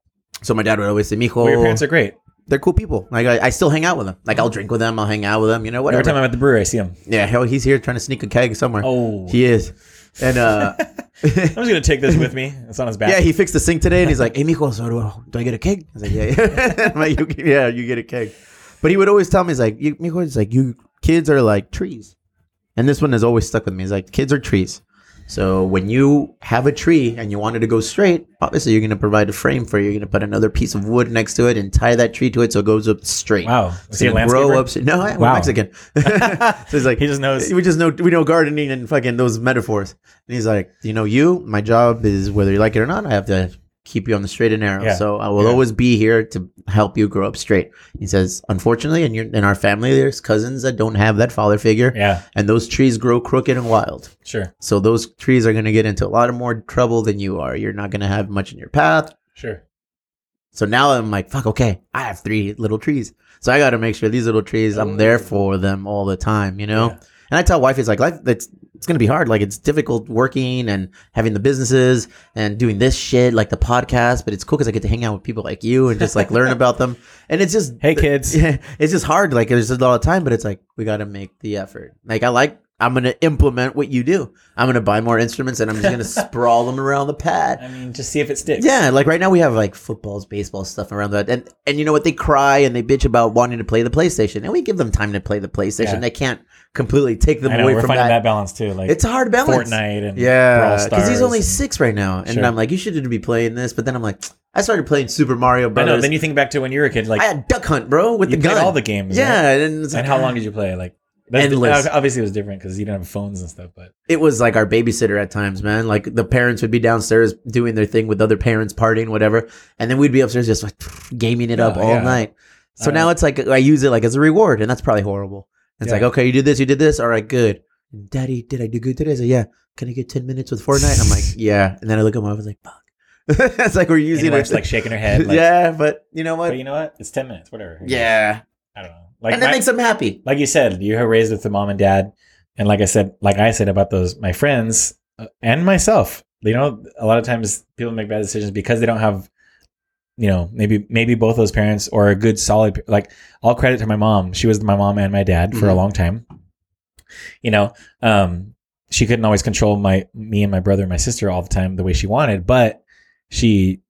So my dad would always say, "Mijo, Well, your parents are great. they're cool people. Like I, I still hang out with them. Like I'll drink with them. I'll hang out with them. You know, Every whatever. time I'm at the brewery, I see them. yeah, hell, he's here trying to sneak a keg somewhere. Oh, He is. And uh, I'm just gonna take this with me. It's on his back. yeah, he fixed the sink today, and he's like, "Hey, mijo, so do, I- do I get a keg?" I was like, "Yeah, yeah." I'm like, you, yeah, you get a keg." But he would always tell me, "He's like, you, mijo, it's like you kids are like trees," and this one has always stuck with me. He's like, "Kids are trees." So when you have a tree and you want it to go straight, obviously you're going to provide a frame for it. You're going to put another piece of wood next to it and tie that tree to it so it goes up straight. wow. Is So he a you grow landscaper? up. No, I'm Wow. Mexican. so he's like, He just knows. we just know we know gardening and fucking those metaphors. And he's like, you know, you, my job is whether you like it or not, I have to keep you on the straight and narrow. Yeah. So I will Yeah. always be here to help you grow up straight. He says, unfortunately, in your in our family, there's cousins that don't have that father figure, Yeah, and those trees grow crooked and wild. sure, So those trees are going to get into a lot of more trouble than you are. You're not going to have much in your path. sure. So now I'm like, fuck, okay, I have three little trees. So I got to make sure these little trees, I'm there for them all the time, you know? Yeah. And I tell wife, it's like, life, it's, it's going to be hard. Like, it's difficult working and having the businesses and doing this shit, like the podcast, but it's cool because I get to hang out with people like you and just like learn about them. And it's just, Hey, kids. yeah, it's just hard. Like there's a lot of time, but it's like we got to make the effort. Like I like, I'm gonna implement what you do. I'm gonna buy more instruments, and I'm just gonna sprawl them around the pad. I mean, just see if it sticks. Yeah, like right now we have like footballs, baseball stuff around that, and and you know what? They cry and they bitch about wanting to play the PlayStation, and we give them time to play the PlayStation. Yeah. They can't completely take them I know. away We're from finding that. that. balance too. Like It's a hard balance. Fortnite and Brawl Yeah, because he's Stars only and- six right now, and Sure. I'm like, you should be playing this. But then I'm like, I started playing Super Mario I Brothers. know. Then you think back to when you were a kid, like I had Duck Hunt, bro, with you the played gun. all the games. right? yeah, and, it's And like, how long did you play? Like that's Endless. obviously, it was different because you didn't have phones and stuff. But it was like our babysitter at times, man. Like the parents would be downstairs doing their thing with other parents, partying, whatever, and then we'd be upstairs just like gaming it up Oh, all yeah. night. So Uh, now it's like I use it like as a reward, and that's probably horrible. It's Yeah. like okay, you did this, you did this, all right, good. Daddy, did I do good today? I said, yeah. Can I get ten minutes with Fortnite? And I'm like, yeah. And then I look at my wife, I was like, fuck. it's like we're and using your it. wife's like shaking her head. Like, yeah, but you know what? But you know what? It's ten minutes. Whatever. yeah, I don't know. Like and that my- makes them happy. like you said, you were raised with the mom and dad, and like I said, like I said about those my friends uh, and myself. You know, a lot of times people make bad decisions because they don't have, you know, maybe maybe both those parents or a good solid pa- like. All credit to my mom. She was my mom and my dad for a Mhm. long time. You know, um, she couldn't always control my me and my brother and my sister all the time the way she wanted, but she,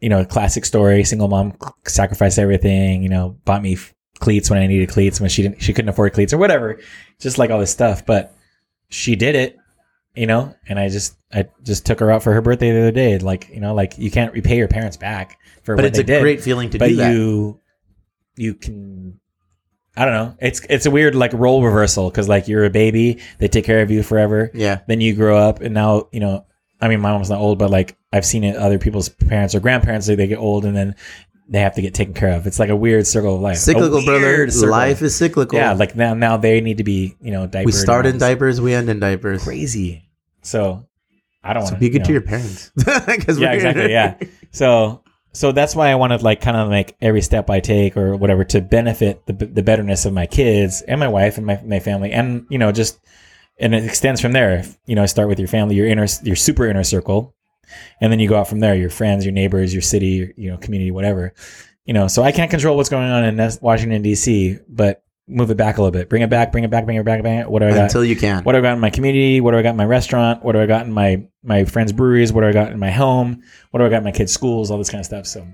you know, classic story, single mom sacrificed everything. You know, bought me cleats when I needed cleats when she didn't she couldn't afford cleats or whatever, just like all this stuff. But she did it, you know. And I just I just took her out for her birthday the other day. Like you know, like you can't repay your parents back for But what it's they a did. great feeling to but do that. you you can. I don't know. It's it's a weird like role reversal because like you're a baby, they take care of you forever yeah, then you grow up and now you know i mean my mom's not old but like i've seen it other people's parents or grandparents they, they get old and then they have to get taken care of it's like a weird circle of life A cyclical, brother. weird circle. Life is cyclical. yeah like now now they need to be you know diapered we start in and all this diapers, we end in diapers. crazy so i don't So want be good to your parents. 'Cause yeah we're- exactly yeah so so that's why i want to like kind of like every step i take or whatever to benefit the, the betterness of my kids and my wife and my, my family and you know just and it extends from there If, you know start with your family your inner your super inner circle and then you go out from there your friends your neighbors your city your, you know community whatever you know so i can't control what's going on in Nes- washington dc but move it back a little bit bring it back bring it back bring it back bring it what do i got Until you can. what do I got in my community? What do I got in my restaurant? What do I got in my my friends' breweries? What do I got in my home? What do I got in my kids' schools? All this kind of stuff. So,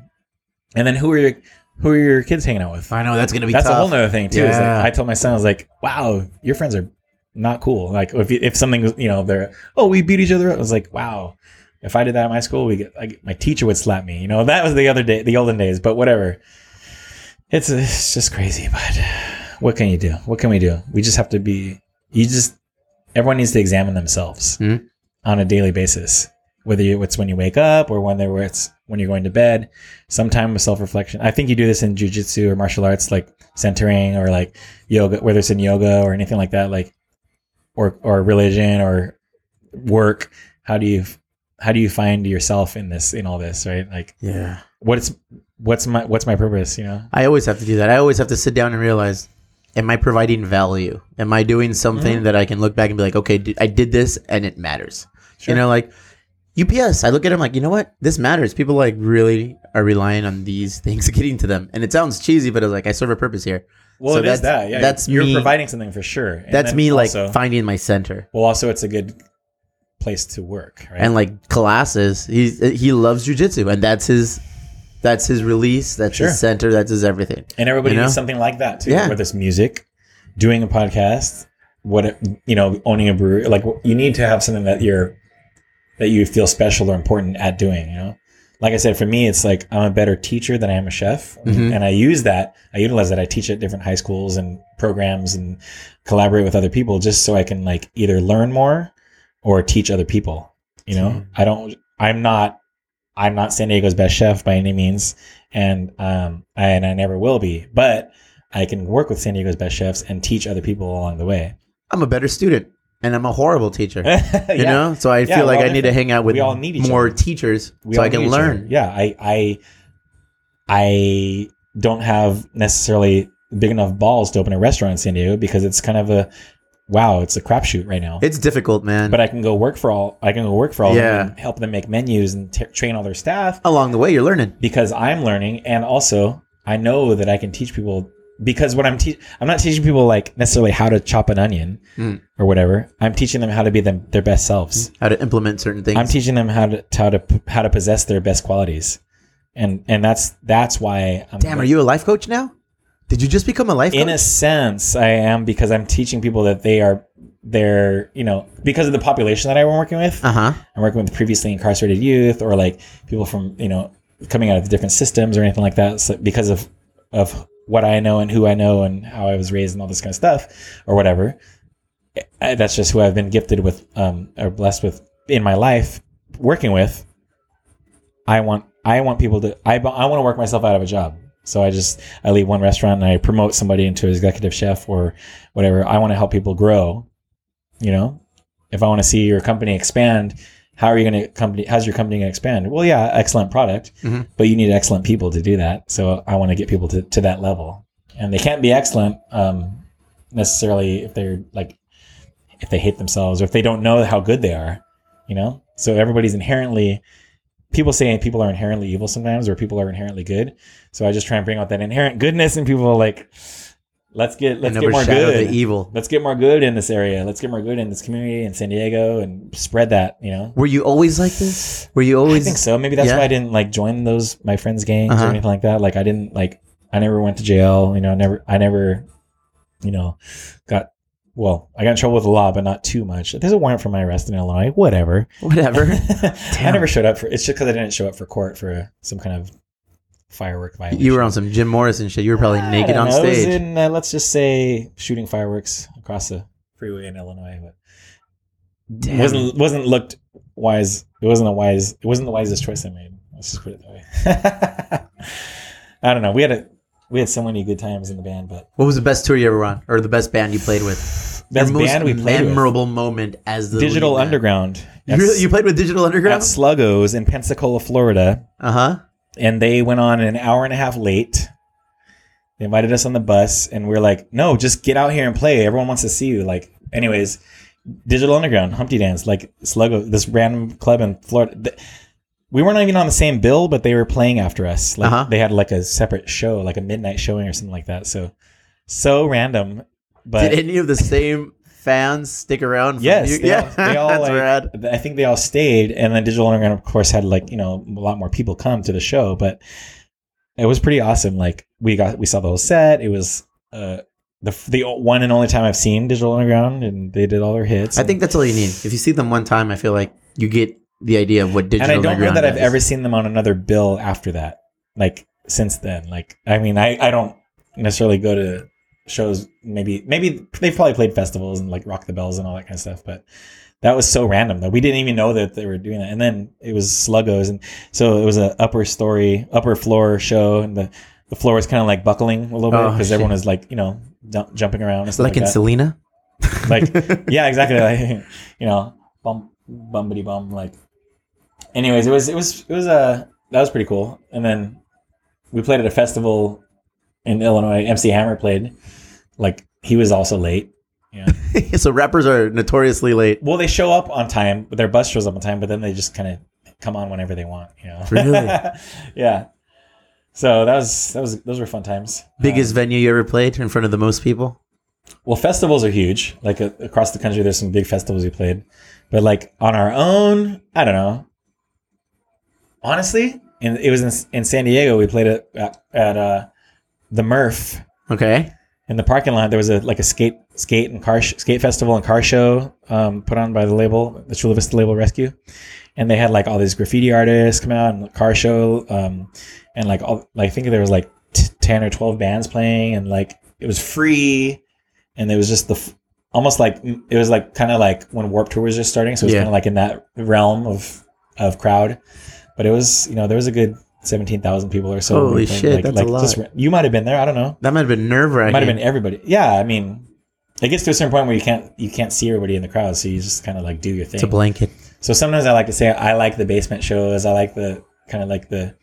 and then who are your who are your kids hanging out with? I know that's gonna be That's tough. a whole nother thing too. is like, Yeah. I told my son, I was like, "Wow, your friends are not cool." Like if you- if something was- you know they're oh we beat each other up. I was like, "Wow." If I did that at my school, we get, I get- my teacher would slap me. You know, that was the other day, the olden days. But whatever, it's it's just crazy. But what can you do? What can we do? We just have to be. You just everyone needs to examine themselves Mhm. on a daily basis. Whether you, it's when you wake up or when they're where it's when you're going to bed, some time of self reflection. I think you do this in jujitsu or martial arts, like centering or like yoga, whether it's in yoga or anything like that, like or or religion or work. How do you how do you find yourself in this in all this? Right, like Yeah. what's what's my what's my purpose? You know, I always have to do that. I always have to sit down and realize, am I providing value? Am I doing something Mm-hmm. that I can look back and be like, okay, d- I did this and it matters. Sure. You know, like UPS. I look at them like, you know what? This matters. People like really are relying on these things getting to them, and it sounds cheesy, but it's like I serve a purpose here. well, So it is that's- that. Yeah, that's you're me- providing something for sure. And That's then me like also- finding my center. Well, also it's a good place to work, right? and like Colossus, he he loves jujitsu, and that's his that's his release, that's Sure. his center, that's his everything. And everybody You know? needs something like that too. Yeah. Whether it's music, doing a podcast, what it- you know, owning a brewery. Like you need to have something that you're that you feel special or important at doing. You know, like I said, for me, it's like I'm a better teacher than I am a chef, Mhm. and I use that. I utilize that. I teach at different high schools and programs and collaborate with other people just so I can like either learn more or teach other people. You know, Mm-hmm. I don't. I'm not. I'm not San Diego's best chef by any means, and um, I, and I never will be. But I can work with San Diego's best chefs and teach other people along the way. I'm a better student, and I'm a horrible teacher. you You know, so I Yeah, feel like we're I all need to different. hang out with We all need each more other. teachers so all I need can each other. learn. Yeah, I I I don't have necessarily big enough balls to open a restaurant in San Diego because it's kind of a wow, it's a crapshoot right now. It's difficult, man. but I can go work for all. I can go work for all. Yeah. Yeah. And help them make menus and t- train all their staff along the way, you're learning. because I'm learning and also I know that I can teach people because what I'm teaching, I'm not teaching people like necessarily how to chop an onion Mm. or whatever. I'm teaching them how to be them, their best selves. how to implement certain things. I'm teaching them how to how to how to possess their best qualities, and and that's that's why. I'm Damn, are you a life coach now? Did you just become a life In coach? a sense, I am because I'm teaching people that they are they're you know because of the population that I'm working with. Uh huh. I'm working with previously incarcerated youth or like people from you know coming out of different systems or anything like that. So because of of what I know and who I know and how I was raised and all this kind of stuff or whatever. I, that's just who I've been gifted with um, or blessed with in my life working with. I want I want people to I I want to work myself out of a job. So I just I leave one restaurant and I promote somebody into executive chef or whatever. I want to help people grow. You know, if I want to see your company expand, how are you going to company? How's your company going to expand? Well, yeah, excellent product, Mhm. but you need excellent people to do that. So I want to get people to, to that level, and they can't be excellent um, necessarily if they're like if they hate themselves or if they don't know how good they are. You know, so everybody's inherently. People say people are inherently evil sometimes, or people are inherently good. So I just try and bring out that inherent goodness in people. Like, let's get let's and get more overshadow good the evil. let's get more good in this area. Let's get more good in this community in San Diego and spread that, you know? Were you always like this? Were you I always? think so. Maybe that's yeah. why I didn't like join those my friends' gangs Uh-huh. or anything like that. Like I didn't like I never went to jail, you know, never I never, you know, got well, I got in trouble with the law, but not too much. There's a warrant for my arrest in Illinois. Whatever. Whatever. I never showed up for. It's just because I didn't show up for court for a, some kind of firework violation. you were on some Jim Morrison shit. You were probably I naked don't on know. It was stage. in, uh, let's just say shooting fireworks across the freeway in Illinois, but Damn. wasn't wasn't looked wise. It wasn't a wise. It wasn't the wisest choice I made. Let's just put it that way. I don't know. We had a we had so many good times in the band, but What was the best tour you ever on, or the best band you played with? best Your most band we played with. memorable moment as the Digital lead man. Underground. You, at- really, you played with Digital at Underground? Sluggo's in Pensacola, Florida. Uh huh. and they went on an hour and a half late. They invited us on the bus, and we are like, "No, just get out here and play. Everyone wants to see you." Like, anyways, Digital Underground, Humpty Dance, like Sluggo, this random club in Florida. Th- we weren't even on the same bill, but they were playing after us. Like, Uh-huh. they had like a separate show, like a midnight showing or something like that. So, so random. But Did any of the same fans stick around? from Yes, you? they all- they all, that's like- rad. I think they all stayed, and then Digital Underground, of course, had like you know a lot more people come to the show, but it was pretty awesome. Like we got we saw the whole set. It was uh, the the one and only time I've seen Digital Underground, and they did all their hits. I think that's all you need. If you see them one time, I feel like you get the idea of what and Digital I don't know Underground that I've does. ever seen them on another bill after that. Like since then, like I mean, I I don't necessarily go to shows. Maybe maybe they've probably played festivals and like Rock the Bells and all that kind of stuff, but. that was so random though. We didn't even know that they were doing that. And then it was Sluggos, and so it was an upper story, upper floor show, and the, the floor was kind of like buckling a little bit Oh, because shit. everyone was like you know jump, jumping around and So stuff like like, in that. Selena. like yeah, exactly. Like, you know, bum bumbity bum. Like, anyways, it was it was it was uh, that was pretty cool. And then we played at a festival in Illinois. MC Hammer played. Like he was also late. so rappers are notoriously late. Well, they show up on time, but their bus shows up on time, but then they just kind of come on whenever they want, you know. Really? yeah. So that was that was those were fun times. Biggest venue you ever played in front of the most people? well, festivals are huge. Like uh, across the country, there's some big festivals we played, but like on our own, I don't know. Honestly, and it was in, in San Diego. We played it at, at uh, the Murph Okay. in the parking lot. There was a like a skate skate and car sh- skate festival and car show um, put on by the label, the Chula Vista label Rescue, and they had like all these graffiti artists come out and a car show, um, and like all like I think there was like t- ten or twelve bands playing, and like it was free, and it was just the f- almost like it was like kind of like when Warp Tour was just starting, so it was Yeah. kind of like in that realm of of crowd, but it was you know there was a good. Seventeen thousand people or so. Holy Like- shit, that's a just lot. ra- you might have been there. I don't know. That might have been nerve It might have been wracking. everybody. Yeah, I mean, it gets to a certain point where you can't you can't see everybody in the crowd, so you just kind of like do your It's a thing. blanket. so sometimes I like to say I like the basement shows. I like the kind of like the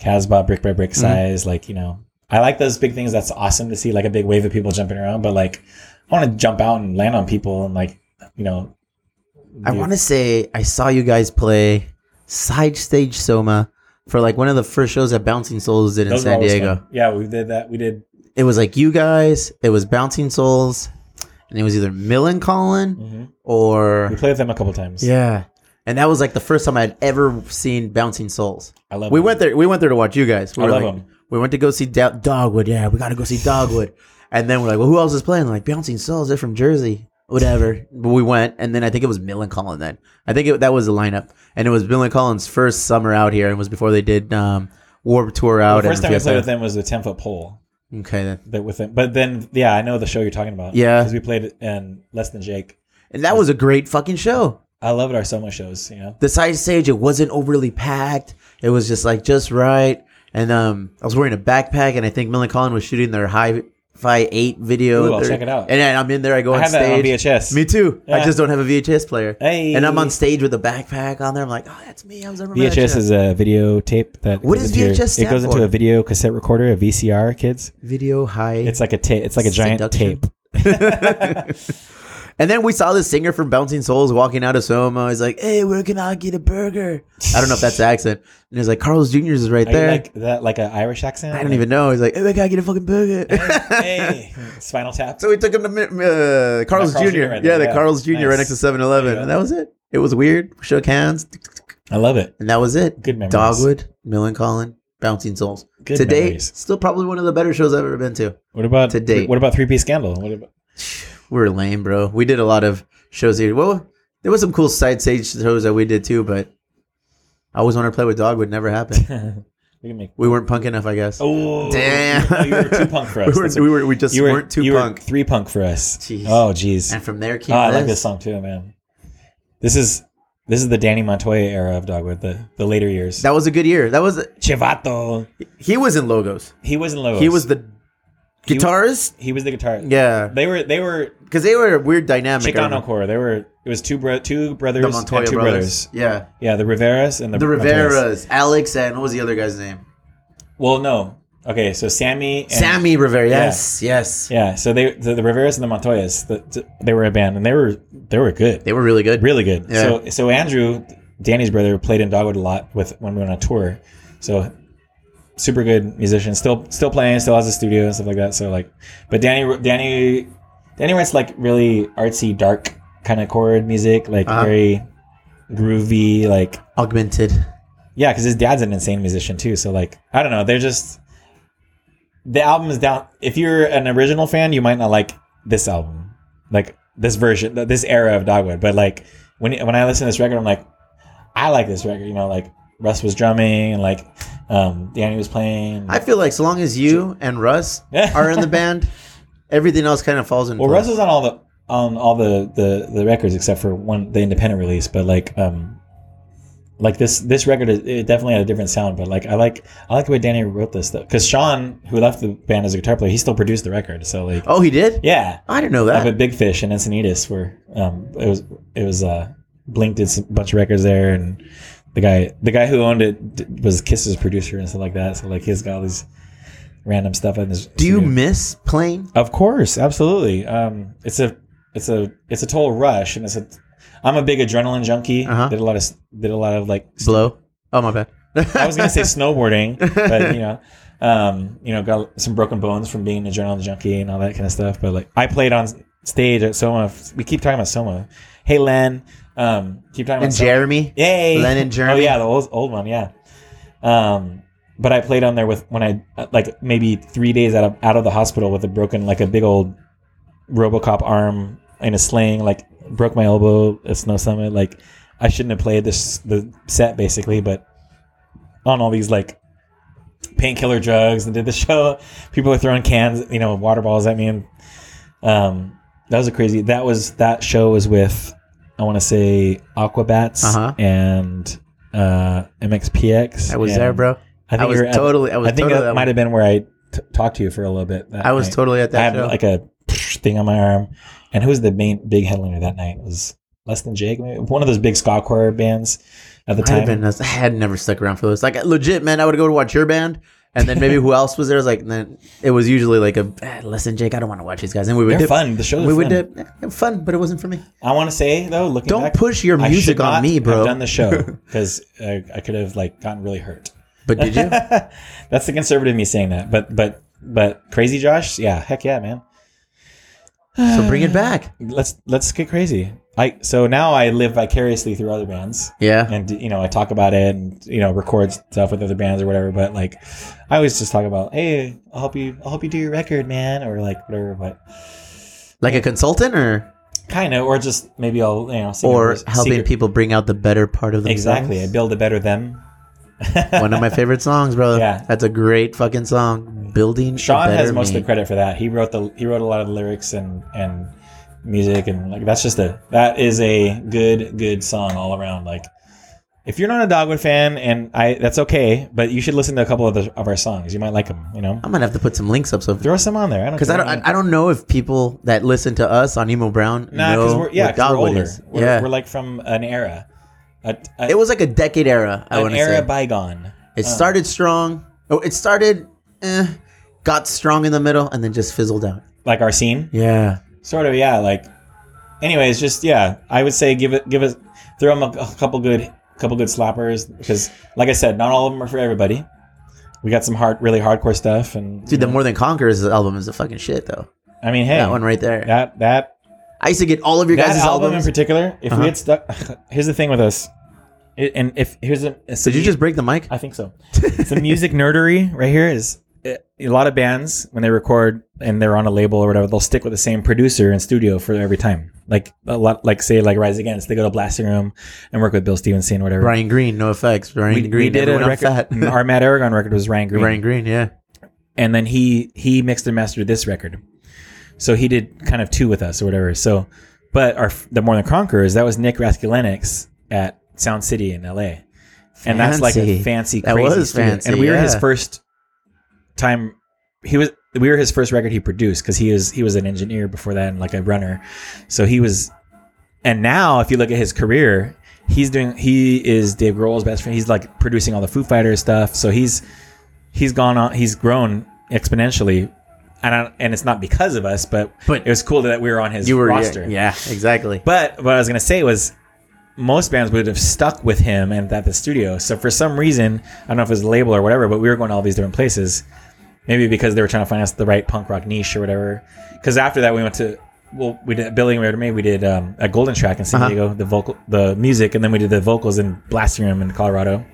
Casbah brick by Mm-hmm. brick size. Like you know, I like those big things. That's awesome to see, like a big wave of people jumping around. But like, I want to jump out and land on people and like you know. I do- want to say I saw you guys play side stage Soma for like one of the first shows that Bouncing Souls did in those were San always Diego. fun. Yeah, we did that. We did. It was like you guys, it was Bouncing Souls, and it was either Mill and Colin mhm. or We played with them a couple times. Mm-hmm. yeah. And that was like the first time I'd ever seen Bouncing Souls. I love. We them. went there. We went there to watch you guys. We I were love like- them. We went to go see Do- Dogwood. Yeah, we got to go see Dogwood. and then we're like, well, who else is playing? Like Bouncing Souls. They're from Jersey. Whatever. but we went, and then I think it was Mill and Collin. Then I think it, that was the lineup, and it was Mill and Collin's first summer out here, and it was before they did um, Warp Tour out. The first and time we Fiesta. played with them was the ten foot pole. Okay, then. that with them. But then, yeah, I know the show you're talking about. Yeah. because we played it in Less Than Jake. and that was a great fucking show. I loved our summer shows. You know, The side stage, it wasn't overly packed. It was just like just right. And um, I was wearing a backpack, and I think Mill and Collin was shooting their high. Fi eight video, Ooh, I'll They're- check it out. And then I'm in there. I go I on have stage. that on VHS. Me too. I Yeah. just don't have a VHS player. Hey. And I'm on stage with a backpack on there. I'm like, oh, that's me. I was over VHS is a videotape that What goes does into your- VHS stand it goes for? into a video cassette recorder, a VCR. Kids, video high. it's like a tape. It's like a giant Seduction. tape. and then we saw this singer from Bouncing Souls walking out of Soma. He's like, hey, where can I get a burger? I don't know if that's the accent. And he's like, Carl's Jr. is right Are you there. like that, like an Irish accent. I don't even know. He's like, hey, where can I get a fucking burger? hey, Spinal Tap. So we took him to uh, Carl's, Carl's Jr. Jr. right yeah, there, the yeah. Carl's Jr. right Nice. next to 7 Eleven. Yeah. And that was it. It was weird. We shook hands. I love it. And that was it. Good memories. Dogwood, Mill and Colin, Bouncing Souls. Good Today, memories. still probably one of the better shows I've ever been to. What about to date. What about Three Piece Scandal? What about We're lame, bro. We did a lot of shows here. Well, there was some cool side stage shows that we did too, but I always wanted to play with Dogwood. Never happened. we can make? we weren't punk enough, I guess. Oh Damn. no, you were too punk for us. we, were, That's what- we, were, we just you were, were not too you were punk. three punk for us. Jeez. Oh, jeez. and from there came Oh, I like this. this song too, man. This is this is the Danny Montoya era of Dogwood, the the later years. That was a good year. That was Chivato. he was in logos. He was in Logos. He was the He- guitarist. he was the guitar. yeah, They were they were because they were a weird dynamic. I Chicano remember. core. They were it was two bro- two brothers the Montoya and two brothers. brothers. Yeah, Yeah, the Riveras and the, the Montoyas. Riveras, Alex, and what was the other guy's name? Well, no. Okay, so Sammy and Sammy Rivera. Yes, yes. Yeah, so they the, the Riveras and the Montoyas, the, the- they were a band and they were they were good. They were really good. really good. Yeah. So so Andrew, Danny's brother, played in Dogwood a lot with when we went on tour. So super good musician, still still playing, still has a studio and stuff like that. So like, but Danny Danny Danny writes like really artsy, dark kind of chord music, like Uh-huh. very groovy, like Augmented. yeah, because his dad's an insane musician too. So like, I don't know. They're just the album is down. If you're an original fan, you might not like this album, like this version, th- this era of Dogwood. But like when when I listen to this record, I'm like, I like this record. You know, like Russ was drumming and like um, Danny was playing. I feel like so long as you and Russ Yeah. are in the band, everything else kind of falls in well, place. Russ was on all the on all the, the the records except for one the independent release. But like um, like this this record is, it definitely had a different sound. But like I like I like the way Danny wrote this though, because Sean, who left the band as a guitar player, he still produced the record. So like oh, he did? yeah, I didn't know like that. with Big Fish and Encinitas were um it was it was uh Blink did a bunch of records there and. The guy, the guy who owned it d- was Kiss's producer and stuff like that. So like, he's got all these random stuff in his. Do you studio. miss playing? Of course, absolutely. Um, it's a it's a it's a total rush, and it's a. I'm a big adrenaline junkie. Uh-huh. Did a lot of did a lot of like. Blow? Oh, my bad. I was gonna say snowboarding, but you know, Um, you know, got some broken bones from being a adrenaline junkie and all that kind of stuff. But like, I played on stage at Soma. We keep talking about Soma. Hey, Len. Um, keep talking about And Soma. Jeremy. Yay. Len and Jeremy. Oh yeah, the old old one. Yeah. Um, but I played on there with when I like maybe three days out of out of the hospital with a broken like a big old RoboCop arm in a sling. Like broke my elbow at Snow Summit. Like I shouldn't have played this the set basically, but on all these like painkiller drugs and did the show. People were throwing cans, you know, water balls at me, and um, that was a crazy. That was that show was with I want to say Aquabats Uh-huh. and uh, MXPX. I was and there, bro. I think I was you were at- totally. I was I think totally. that might have been where I t- talked to you for a little bit. that I was night. totally at I that had show. like a thing on my arm, and who was the main big headliner that night? It was Less Than Jake, maybe one of those big ska choir bands at the Might have time. been us. I had never stuck around for those. Like legit, man, I would go to watch your band, and then maybe who else was there? It was like, and then it was usually like a "Ah, listen, Jake, I don't want to watch these guys. And we would They're dip. fun. The shows We are would fun. dip. Yeah, it was fun, but it wasn't for me. I want to say though, looking Don't back, push your I music should on not me, have bro. done the show because I, I could have like gotten really hurt. But did you? That's the conservative me saying that, but but but crazy Josh, yeah, heck yeah, man. so bring it back. Let's let's get crazy. I so now I live vicariously through other bands, Yeah. and you know I talk about it and you know record stuff with other bands or whatever. But like, I always just talk about, hey, I'll help you, I'll help you do your record, man, or like whatever. But Like a consultant, or kind of, or just maybe I'll you know secret- or helping secret- people bring out the better part of themselves. exactly. I build a better them. One of my favorite songs, brother. Yeah. That's a great fucking song. Building. a Sean has better most me. of the credit for that. He wrote the he wrote a lot of the lyrics and and music and like that's just a that is a good good song all around. Like if you're not a Dogwood fan and I that's okay, but you should listen to a couple of the, of our songs. You might like them. You know, I'm gonna have to put some links up. So if throw some on there. I don't Because I don't, I, I don't know if people that listen to us on Emo Brown Nah, because know we're yeah, what 'cause we're Dogwood older. is. We're, yeah, we're like from an era, a, a, it was like a decade era. I an want to era uh, say bygone. it started strong. Oh, it started, eh, got strong in the middle, and then just fizzled out. Like our scene. Yeah, sort of yeah like anyways just yeah i would say give it give us throw them a, a couple good couple good slappers because like i said not all of them are for everybody we got some hard really hardcore stuff and dude, the More Than Conquerors album is a fucking shit though. i mean hey That one right there. that that I used to get all of your that guys' album albums. in particular if Uh-huh. we had stuck here's the thing with us It- and if here's a Did you just break the mic? I think so. the music nerdery right here is uh, a lot of bands when they record and they're on a label or whatever, they'll stick with the same producer and studio for every time. Like a lot, like say like Rise Against, they go to Blasting Room and work with Bill Stevenson, whatever. Brian Green, no effects. Brian we, Green. we did a everyone else record. fat. our Matt Aragon record was Ryan Green, Brian Green, yeah. and then he he mixed and mastered this record. So he did kind of two with us or whatever. So, but our the More Than Conquerors that was Nick Raskulenix at Sound City in L.A and that's like a Fancy. fancy That crazy was student. fancy, and we were his yeah. first time he was we were his first record he produced because he is he was an engineer before that and like a runner so he was and now if you look at his career he's doing he is dave grohl's best friend he's like producing all the foo fighters stuff so he's he's gone on he's grown exponentially and I, and it's not because of us but But- it was cool that we were on his You were, roster yeah, yeah, exactly. but what I was gonna say was, most bands would have stuck with him and at the studio. So for some reason, I don't know if it was the label or whatever, but we were going to all these different places. Maybe because they were trying to find us the right punk rock niche or whatever. Because after that, we went to well, we did Billy and Mary May. We did um, a Golden Track in San Diego, the vocal, the music, and then we did the vocals in Blasting Room in Colorado,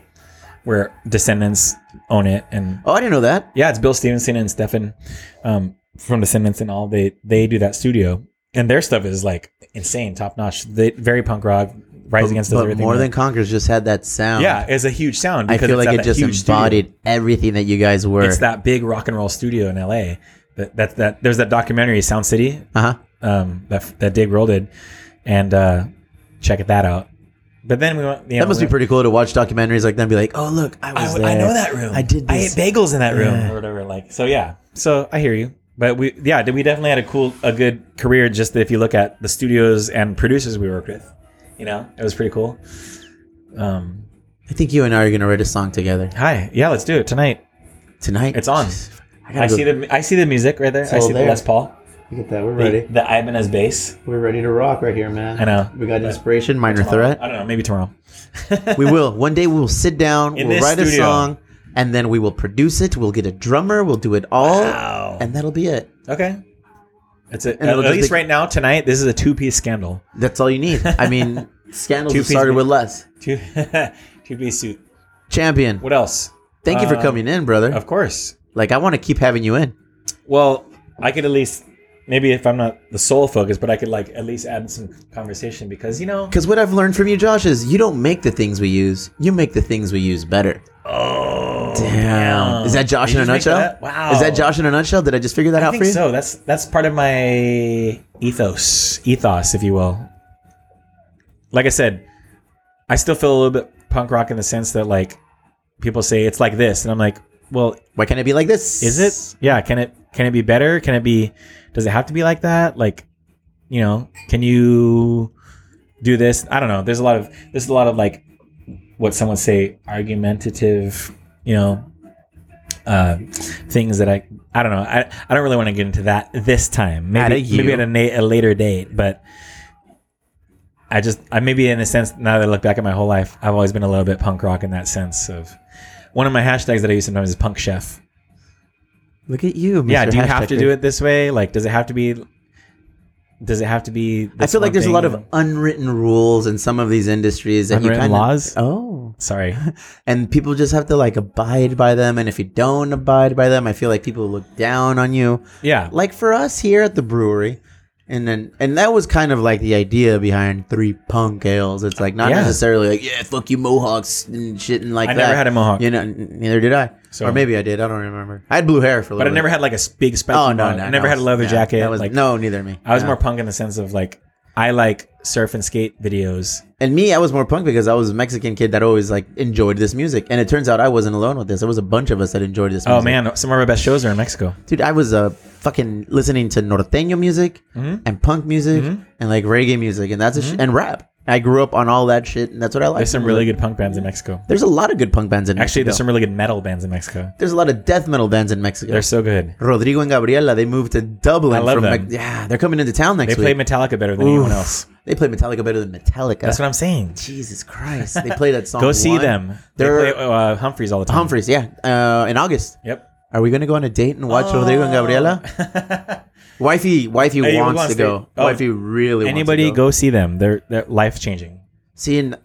where Descendants own it and Oh, I didn't know that. yeah, it's Bill Stevenson and Stefan um, from Descendants and all. They they do that studio, and their stuff is like insane, top notch. They very punk rock, Rise Against does But everything. More right. Than Conquerors just had that sound. yeah, it's a huge sound. I because feel it's at like it that just huge studio. embodied everything that you guys were. It's that big rock and roll studio in L.A. That that, that there's that documentary Sound City uh-huh. um, that that Dave Grohl did, and uh, check that out. But then we went. You know, That must be we went- pretty cool to watch documentaries like that and be like, oh, look, I Oh, I, was w- I there. know that room. I did I ate this. bagels in that room Yeah. or whatever. Like so, yeah. So I hear you, but we yeah, we definitely had a cool, a good career. Just if you look at the studios and producers we worked with, you know, it was pretty cool. Um, I think you and I are going to write a song together hi, yeah, let's do it tonight. tonight. It's on. Jeez, I, gotta I see the I see the music right there. I all see there. the Les Paul, Look at that. We're the, the Ibanez bass. We're ready to rock right here, man. I know. We got inspiration, minor Tomorrow. threat. I don't know, maybe tomorrow. we will. One day we'll sit down, In we'll this write a studio. song, and then we will produce it. We'll get a drummer. We'll do it all, Wow. and that'll be it. okay. That's it. And At, it'll at just least be- right now, tonight, this is a two-piece scandal. That's all you need. I mean, scandals Two have started piece- with less. Two, two-piece suit. Champion, What else? thank you for Um, coming in, brother. Of course. Like I want to keep having you in. Well, I could at least maybe if I'm not the sole focus, but I could like at least add some conversation because you know. Because what I've learned from you, Josh, is you don't make the things we use. You make the things we use better. Oh Is that Josh Did in a you just make nutshell? that? Wow. Is that Josh in a nutshell? Did I just figure that I out think for you? so. That's that's part of my ethos, ethos, if you will. Like I said, I still feel a little bit punk rock in the sense that like people say it's like this, and I'm like, well, Why can't it be like this? is it? Yeah. Can it can it be better? Can it be? Does it have to be like that? Like, you know, can you do this? I don't know. There's a lot of there's a lot of like what some would say argumentative, you know, uh, things that I I don't know. I, I don't really want to get into that this time. At Maybe a you. maybe at a, na- a later date, but. I just, I maybe in a sense, now that I look back at my whole life, I've always been a little bit punk rock in that sense of one of my hashtags that I use sometimes is punk chef. Look at you, Mr. Yeah, do you have to Hashtaker. do it this way? Like, does it have to be? Does it have to be? I this feel like one there's a thing? lot of unwritten rules in some of these industries that you Unwritten kind laws? Oh, Sorry, and people just have to like abide by them. And if you don't abide by them, I feel like people look down on you. yeah, Like for us here at the brewery, and then and that was kind of like the idea behind three punk ales. It's like not Yeah. necessarily like yeah, fuck you Mohawks and shit and like I that. never had a mohawk, You know, n- neither did I. So- or maybe I did. I don't remember. I had blue hair for a but I little never bit. had like a s- big spiky. Oh no, mohawk. no, I never no. had a leather Yeah, jacket. That was, like, no, neither me. I was No. more punk in the sense of like I like surf and skate videos. And me, I was more punk because I was a Mexican kid that always like enjoyed this music. And it turns out I wasn't alone with this. There was a bunch of us that enjoyed this. Oh music. man, some of our best shows are in Mexico. dude, I was uh, fucking listening to norteño music Mm-hmm. and punk music and like reggae music and that's a sh- and rap. I grew up on all that shit, and that's what I like. There's some Mm-hmm. really good punk bands in Mexico. There's a lot of good punk bands in Actually, Mexico. there's some really good metal bands in Mexico. There's a lot of death metal bands in Mexico. They're so good. Rodrigo and Gabriela, they moved to Dublin. I love from them. Mex- yeah, they're coming into town next They play week. Metallica better than anyone Oof. else. they play Metallica better than Metallica. That's what I'm saying. Jesus Christ, they play that song. Go see one- them. They They're play uh, Humphreys all the time. Humphreys, yeah, uh, in August. Yep. Are we gonna go on a date and watch Rodrigo and Gabriela? Wifey, wifey Oh. Hey, wants, wants to go. to- oh, wifey really Anybody wants to go see them. They're they're life changing. See, and,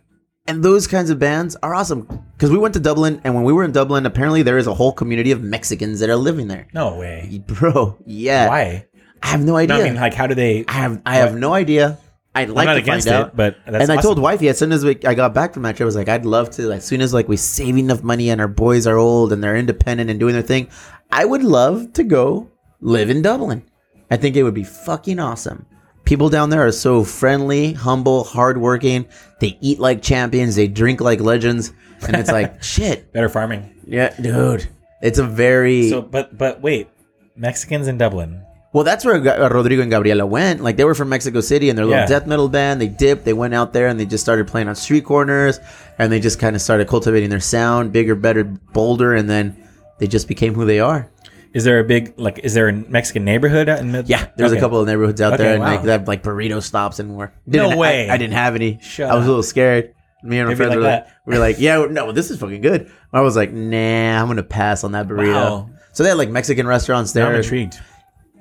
and those kinds of bands are awesome because we went to Dublin, and when we were in Dublin, apparently there is a whole community of Mexicans that are living there. No way. Bro, yeah, Why? I have no idea. No, I mean, like, how do they? Uh, I have I have no idea. I'd like I'm not to find against out. it, but that's and I told awesome. wifey as soon as we, I got back from that trip, I was like, I'd love to. As soon as like we save enough money and our boys are old and they're independent and doing their thing, I would love to go live in Dublin. I think it would be fucking awesome. People down there are so friendly, humble, hardworking. They eat like champions. They drink like legends. And it's like shit. better farming. Yeah, dude. It's a very So, but but wait, Mexicans in Dublin. well, that's where Ga- uh, Rodrigo and Gabriela went. Like they were from Mexico City and their little Yeah. death metal band. They dipped. They went out there and they just started playing on street corners and they just kind of started cultivating their sound, bigger, better, bolder, and then they just became who they are. Is there a big like? Is there a Mexican neighborhood out in Mid? Yeah, there's a Okay. couple of neighborhoods out Okay, there and wow. like they have like burrito stops and more. No Didn't- I- way. I, didn't have any. Shut I was up. a little scared. Me and my Maybe friends like were, like, that. we were like, yeah, no, this is fucking good. I was like, nah, I'm gonna pass on that burrito. Wow. So they had like Mexican restaurants Now I'm there. intrigued.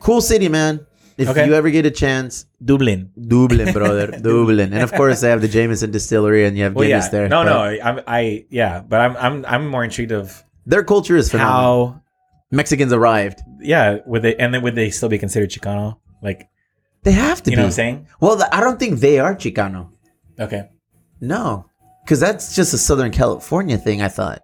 Cool city, man. If Okay. you ever get a chance, Dublin. Dublin, brother, Dublin, and of course they have the Jameson Distillery, and you have Well, Guinness yeah. there. no, but no. I'm, I yeah, but I'm I'm I'm more intrigued of their culture is phenomenal. how Mexicans arrived; yeah would they and then would they still be considered Chicano? Like they have to you be. know what I'm saying? Well, the, I don't think they are Chicano. Okay. No, because that's just a Southern California thing. I thought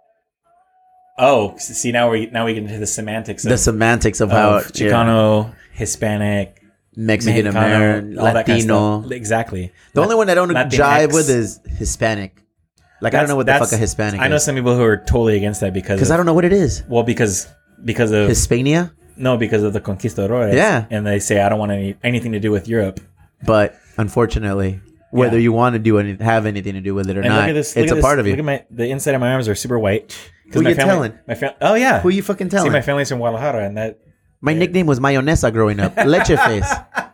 Oh, s- see now we now we get into the semantics of, the semantics of, of how Chicano, Hispanic, Mexican Mexicano, American, all that kind of Latino. stuff. exactly. the only one I don't Latinx. jive with is Hispanic. Like I don't That's- know what the fuck that's- a Hispanic I know is some people who are totally against that because because I of- don't know what it is. well because because of Hispania, no because of the conquistadores Yeah. and they say I don't want any anything to do with Europe. but unfortunately. Whether you want to do any, have anything to do with it or And not, look at this, it's look a at this- part of you. Look at my the inside of my arms are super white. 'Cause Who my you family- telling? My fam- Oh yeah. Who you fucking See, telling? my family's from Guadalajara, and that My nickname was Mayonesa growing up. Leche face.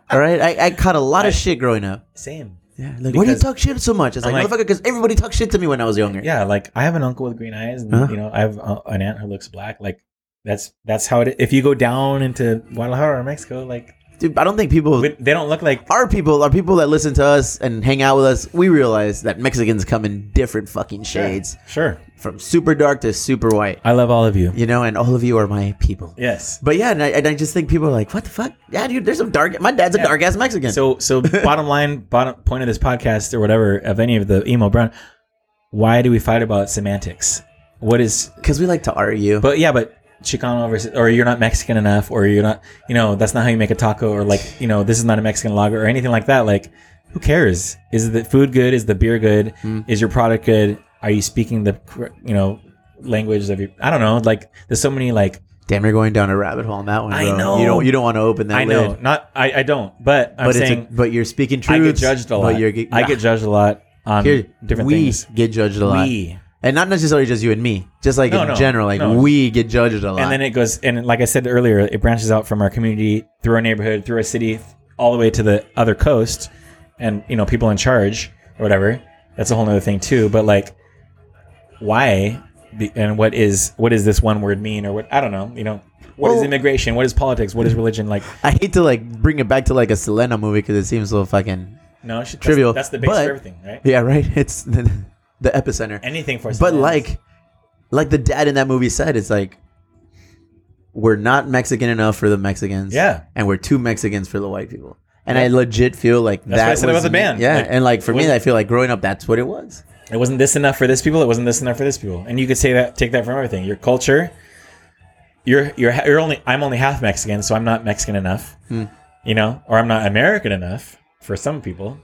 All right. I, I caught a lot of shit growing up. same. Yeah, like why do you Because- talk shit so much? It's I'm like, motherfucker, because everybody talked shit to me when I was younger. Yeah, like I have an uncle with green eyes, and Huh? you know, I have a, an aunt who looks black. Like that's that's how it. If you go down into Guadalajara or Mexico, like Dude, I don't think people, we- they don't look like. our people, our people that listen to us and hang out with us, we realize that Mexicans come in different fucking shades, Sure, from super dark to super white. I love all of you. You know, and all of you are my people. Yes. But yeah, and I, and I just think people are like, what the fuck? Yeah, dude, there's some dark. My dad's a Yeah. dark ass Mexican. So so bottom line, bottom point of this podcast or whatever of any of the emo brown. Why do we fight about semantics? What is because we like to argue. But yeah, but Chicano versus, or you're not Mexican enough, or you're not, you know, that's not how you make a taco, or like, you know, this is not a Mexican lager, or anything like that. Like, who cares? Is the food good? Is the beer good? Is your product good? Are you speaking the, cor- you know, language of your? I don't know. Like, there's so many like Damn, you're going down a rabbit hole on that one. I bro. know. you don't. You don't want to open that. I know, lid. not I, I don't, but I'm but it's a- saying but you're speaking I truth. get judged a lot. But you're, ge- I get judged a lot on Here, different we things. get judged a lot, We. and not necessarily just you and me. Just like No, in no, general, like no. we get judged a lot. and then it goes and like i said earlier it branches out from our community through our neighborhood through our city all the way to the other coast and you know people in charge or whatever that's a whole nother thing too but like why the- and what is what does this one word mean or what i don't know you know what is Well- immigration what is politics what is religion like I hate to like bring it back to like a Selena movie because it seems so fucking. no shit, that's, Trivial, that's the base but- for everything right Yeah, right. It's the, the epicenter. anything for us but to ask. like, like the dad in that movie said, it's like we're not Mexican enough for the Mexicans. Yeah. and we're too Mexicans for the white people. And I legit feel like That's that what I said was about the me. band. Yeah, Like, and like for me, wasn't- I feel like growing up, that's what it was. it wasn't this enough for this people. It wasn't this enough for this people. And you could say that, take that from everything. Your culture, you're you're you're only I'm only half Mexican, so I'm not Mexican enough, you know, or I'm not American enough for some people,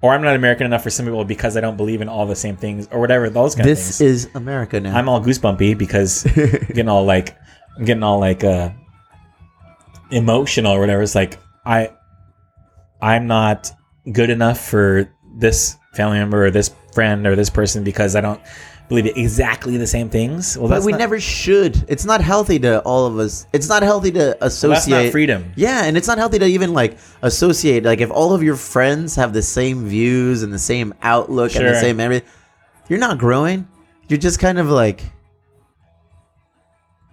or I'm not American enough for some people because I don't believe in all the same things or whatever those kind of This things. is America now. I'm all goosebumpy because I'm getting all like I'm getting all like uh emotional or whatever. It's like I I'm not good enough for this family member or this friend or this person because I don't believe exactly the same things. Well, but that's we not, never should. It's not healthy to all of us. It's not healthy to associate. that's not freedom. Yeah, and it's not healthy to even like associate. Like if all of your friends have the same views and the same outlook and the Sure. same everything, you're not growing. You're just kind of like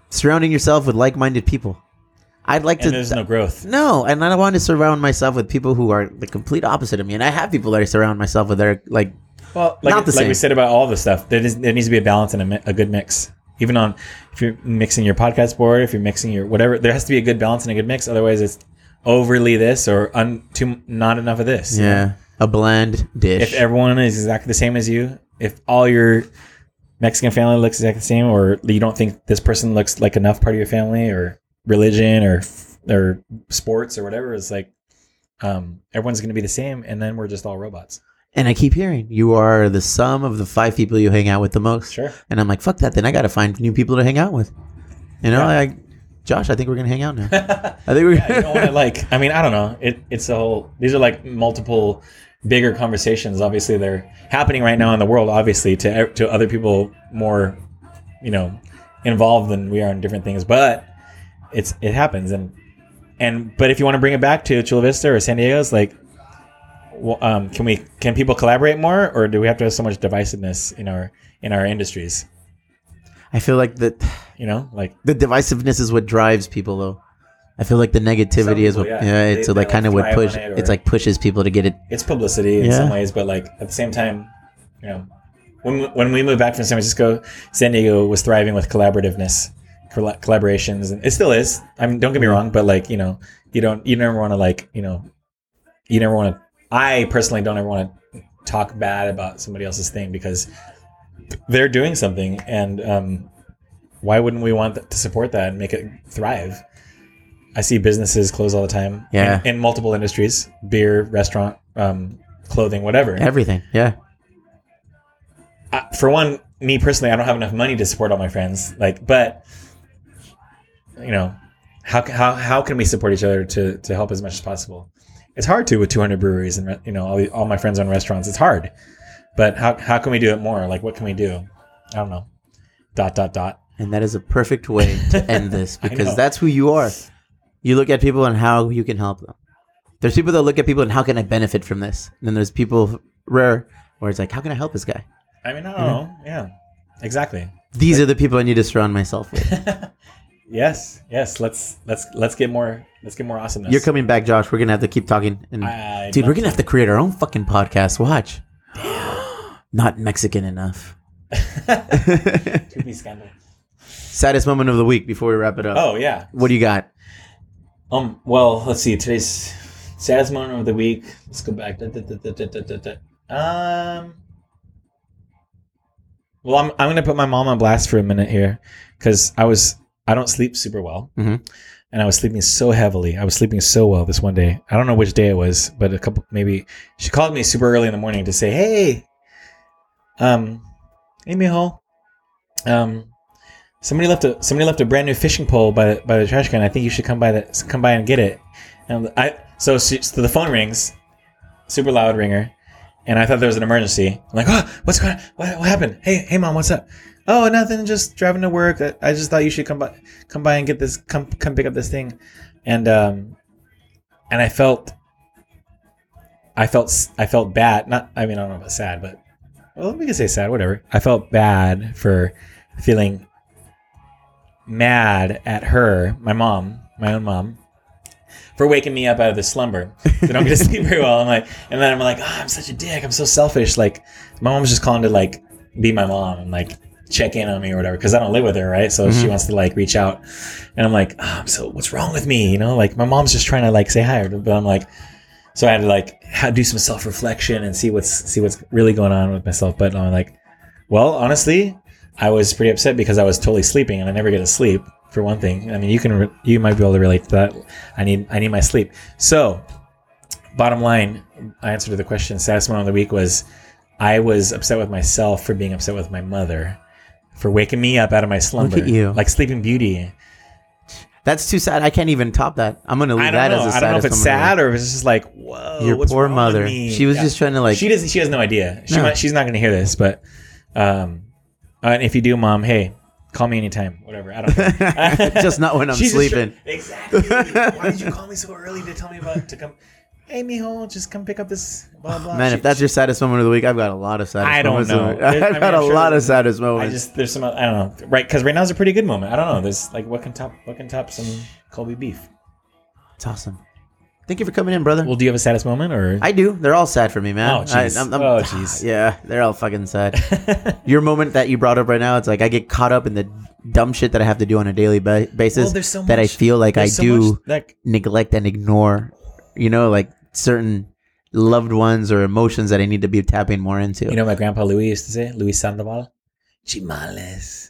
surrounding yourself with like-minded people. I'd like And to there's no growth. no, and I want to surround myself with people who are the complete opposite of me. And I have people that I surround myself with that are like Well, like, Not the like we said same. about all the stuff, there, is, there needs to be a balance and a, mi- a good mix. Even on if you're mixing your podcast board, if you're mixing your whatever, there has to be a good balance and a good mix. Otherwise, it's overly this or un, too not enough of this. yeah, a bland dish. If everyone is exactly the same as you, if all your Mexican family looks exactly the same, or you don't think this person looks like enough part of your family, or religion, or or sports, or whatever, it's like um, everyone's going to be the same, and then we're just all robots. and I keep hearing you are the sum of the five people you hang out with the most. Sure. And I'm like, fuck that. Then I got to find new people to hang out with. You know, Yeah. I, Josh, I think we're gonna hang out now. I think we're. you don't want to like i mean i don't know it, it's a whole these are like multiple bigger conversations obviously they're happening right now in the world obviously to to other people more you know involved than we are in different things but it's it happens and and but if you want to bring it back to chula vista or san diego it's like well, um, can we can people collaborate more or do we have to have so much divisiveness in our in our industries I feel like the you know like the divisiveness is what drives people though. I feel like the negativity is people, yeah. what. Yeah, They- it's they, like like, kind of what thrive push. on it it's or- like pushes people to get it. it's publicity in Yeah. some ways, but like at the same time, you know, when we- when we moved back from San Francisco, San Diego was thriving with collaborativeness, colla- collaborations, and it still is. I mean, don't get me wrong, but like you know, you don't you never want to like you know, you never want to. I personally don't ever want to talk bad about somebody else's thing because they're doing something, and um, why wouldn't we want th- to support that and make it thrive? I see businesses close all the time. Yeah. In, in multiple industries, beer, restaurant, um, clothing, whatever. Everything. Yeah. I, for one, me personally, I don't have enough money to support all my friends. Like, but you know, how ca- how how can we support each other to to help as much as possible? It's hard to with 200 breweries and re- you know all, the, all my friends own restaurants. It's hard, but how how can we do it more? Like, what can we do? I don't know. Dot dot dot. And that is a perfect way to end this I because know. that's who you are. You look at people and how you can help them. There's people that look at people and how can I benefit from this? And then there's people rare where it's like, how can I help this guy? I mean, I Mm-hmm. don't know. Yeah, exactly. These are the people I need to surround myself with. yes, yes. Let's let's let's get more. Let's get more awesomeness. You're coming back, Josh. We're gonna have to keep talking. And I- dude, we're gonna have to create our own fucking podcast. Watch. Not Mexican enough. Could be scandal. Saddest moment of the week before we wrap it up. Oh yeah. What do you got? Um. Well, let's see. Today's saddest moment of the week. Let's go back. Da, da, da, da, da, da, da, da. Um. Well, I'm I'm gonna put my mom on blast for a minute here, because I was I don't sleep super well, Mhm. and I was sleeping so heavily. I was sleeping so well this one day. I don't know which day it was, but a couple maybe she called me super early in the morning to say, "Hey, um, hey, mijo, um, somebody left a somebody left a brand new fishing pole by the, by the trash can. I think you should come by the come by and get it. And I so, she, so the phone rings, super loud ringer, and I thought there was an emergency. I'm like, oh, what's going? on? What, what happened? Hey, hey, mom, what's up? Oh, nothing. Just driving to work. I, I just thought you should come by come by and get this come come pick up this thing, and um, and I felt. I felt s- I felt bad. Not I mean I don't know about sad, but well we can say sad. Whatever. I felt bad for feeling mad at her, my mom, my own mom, for waking me up out of the slumber. I don't get to sleep very well. I'm like, and then I'm like, "Ah, I'm such a dick. I'm so selfish. Like, my mom's just calling to like be my mom and like check in on me or whatever because I don't live with her, right? So she wants to like reach out, and I'm like, oh, I'm so what's wrong with me? You know, like my mom's just trying to like say hi, but I'm like. So I had to like ha- do some self reflection and see what's see what's really going on with myself. But I'm like, well, honestly, I was pretty upset because I was totally sleeping and I never get to sleep for one thing. I mean, you can re- you might be able to relate to that. I need I need my sleep. So, bottom line, I answer to the question. Saddest moment of the week was I was upset with myself for being upset with my mother for waking me up out of my slumber. at you. like Sleeping Beauty. That's too sad. I can't even top that. I'm gonna I leave don't that know. as a I don't know if saddest it's moment of sad or if it's just like whoa. the week. Your what's poor wrong with mother. me? She was Yeah just trying to like. she doesn't. She has no idea. She No. might, she's not going to hear this, but um, and if you do, mom, hey, call me anytime. Whatever. I don't. care. Just not when I'm She's just sleeping. tr- exactly. Why did you call me so early to tell me about to come? Hey, mijo, just come pick up this. Blah blah. Man, oh, She- if that's she- your saddest moment of the week, I've got a lot of saddest I don't moments. know. of the week. I I've mean, got I'm a sure lot of there's- saddest I moments. just there's some I don't know right because right now's a pretty good moment. I don't know. There's like what can top what can top some Colby beef. it's awesome. Thank you for coming in, brother. Well, do you have a saddest moment or? I do. They're all sad for me, man. Oh, jeez. I- I'm- I'm- Oh, jeez. Yeah, they're all fucking sad. Your moment that you brought up right now, it's like I get caught up in the dumb shit that I have to do on a daily ba- basis Well, Oh, there's so that I much- feel like I There's so do much, like neglect and ignore. You know, like certain loved ones or emotions that I need to be tapping more into. you know, my grandpa Louis used to say, Luis Sandoval, chimales.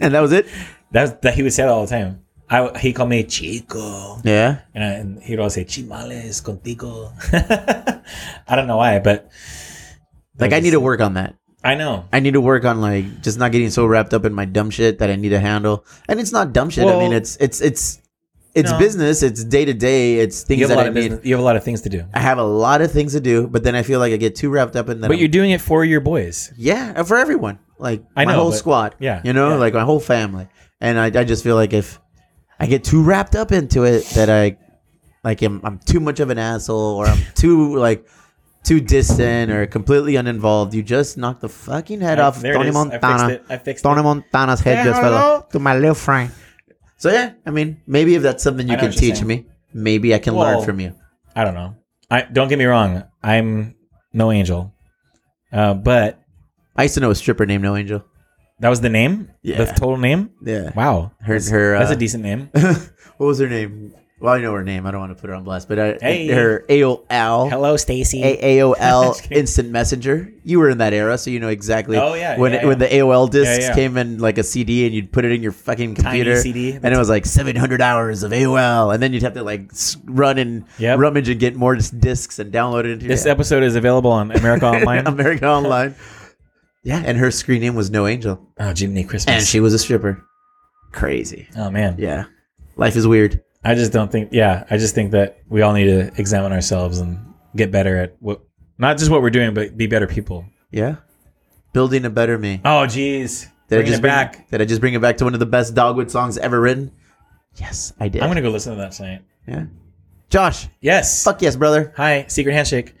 and that was it. That's that he would say that all the time. I he called me chico, Yeah. and, I, and he'd always say chimales contigo. I don't know why, but Like I need to work on that. I know. I need to work on like just not getting so wrapped up in my dumb shit that I need to handle. And it's not dumb shit. Well- I mean, it's it's it's it's No. business. It's day to day. It's You things have, a that lot I of need. business- you have a lot of things to do, I have a lot of things to do, but then I feel like I get too wrapped up in that. but I'm- you're doing it for your boys. yeah, and for everyone, like I my know, whole but- squad. yeah, you know, yeah. like my whole family. And I, I just feel like if I get too wrapped up into it, that I like am, I'm too much of an asshole, or I'm too like too distant, or completely uninvolved. You just knocked the fucking head I- off there it Tony is. I fixed Montana. it. I fixed Tony it. Montana's head Say just fell hello off to my little friend. So yeah, I mean, maybe if that's something I you know can what you're teach saying. me, maybe I can Well, learn from you. I don't know. I don't get me wrong. I'm no angel, uh, but I used to know a stripper named No Angel. that was the name. Yeah. the total name. Yeah. Wow, Her, her, that's uh, a decent name. what was her name? Well, I know her name. I don't want to put her on blast, but I, Hey. her AOL, Hello, Stacy. A- AOL Just kidding. Instant Messenger. You were in that era, so you know exactly. Oh, yeah, when yeah, yeah. when the AOL discs yeah. came in like a CD, and you'd put it in your fucking computer, CD. and it was like 700 hours of AOL, and then you'd have to like s- run and Yep. rummage and get more dis- discs and download it into This your episode is available on America Online. America Online. Yeah, and her screen name was No Angel, oh, Jiminy Christmas. and she was a stripper. Crazy. oh man. Yeah, life is weird. I just don't think. Yeah, I just think that we all need to examine ourselves and get better at what, not just what we're doing, but be better people. Yeah. Building a better me. Oh, jeez, bringing it bring, back. Did I just bring it back to one of the best Dogwood songs ever written? Yes, I did. I'm gonna go listen to that tonight. yeah. Josh, Yes. fuck yes, brother. Hi, secret handshake.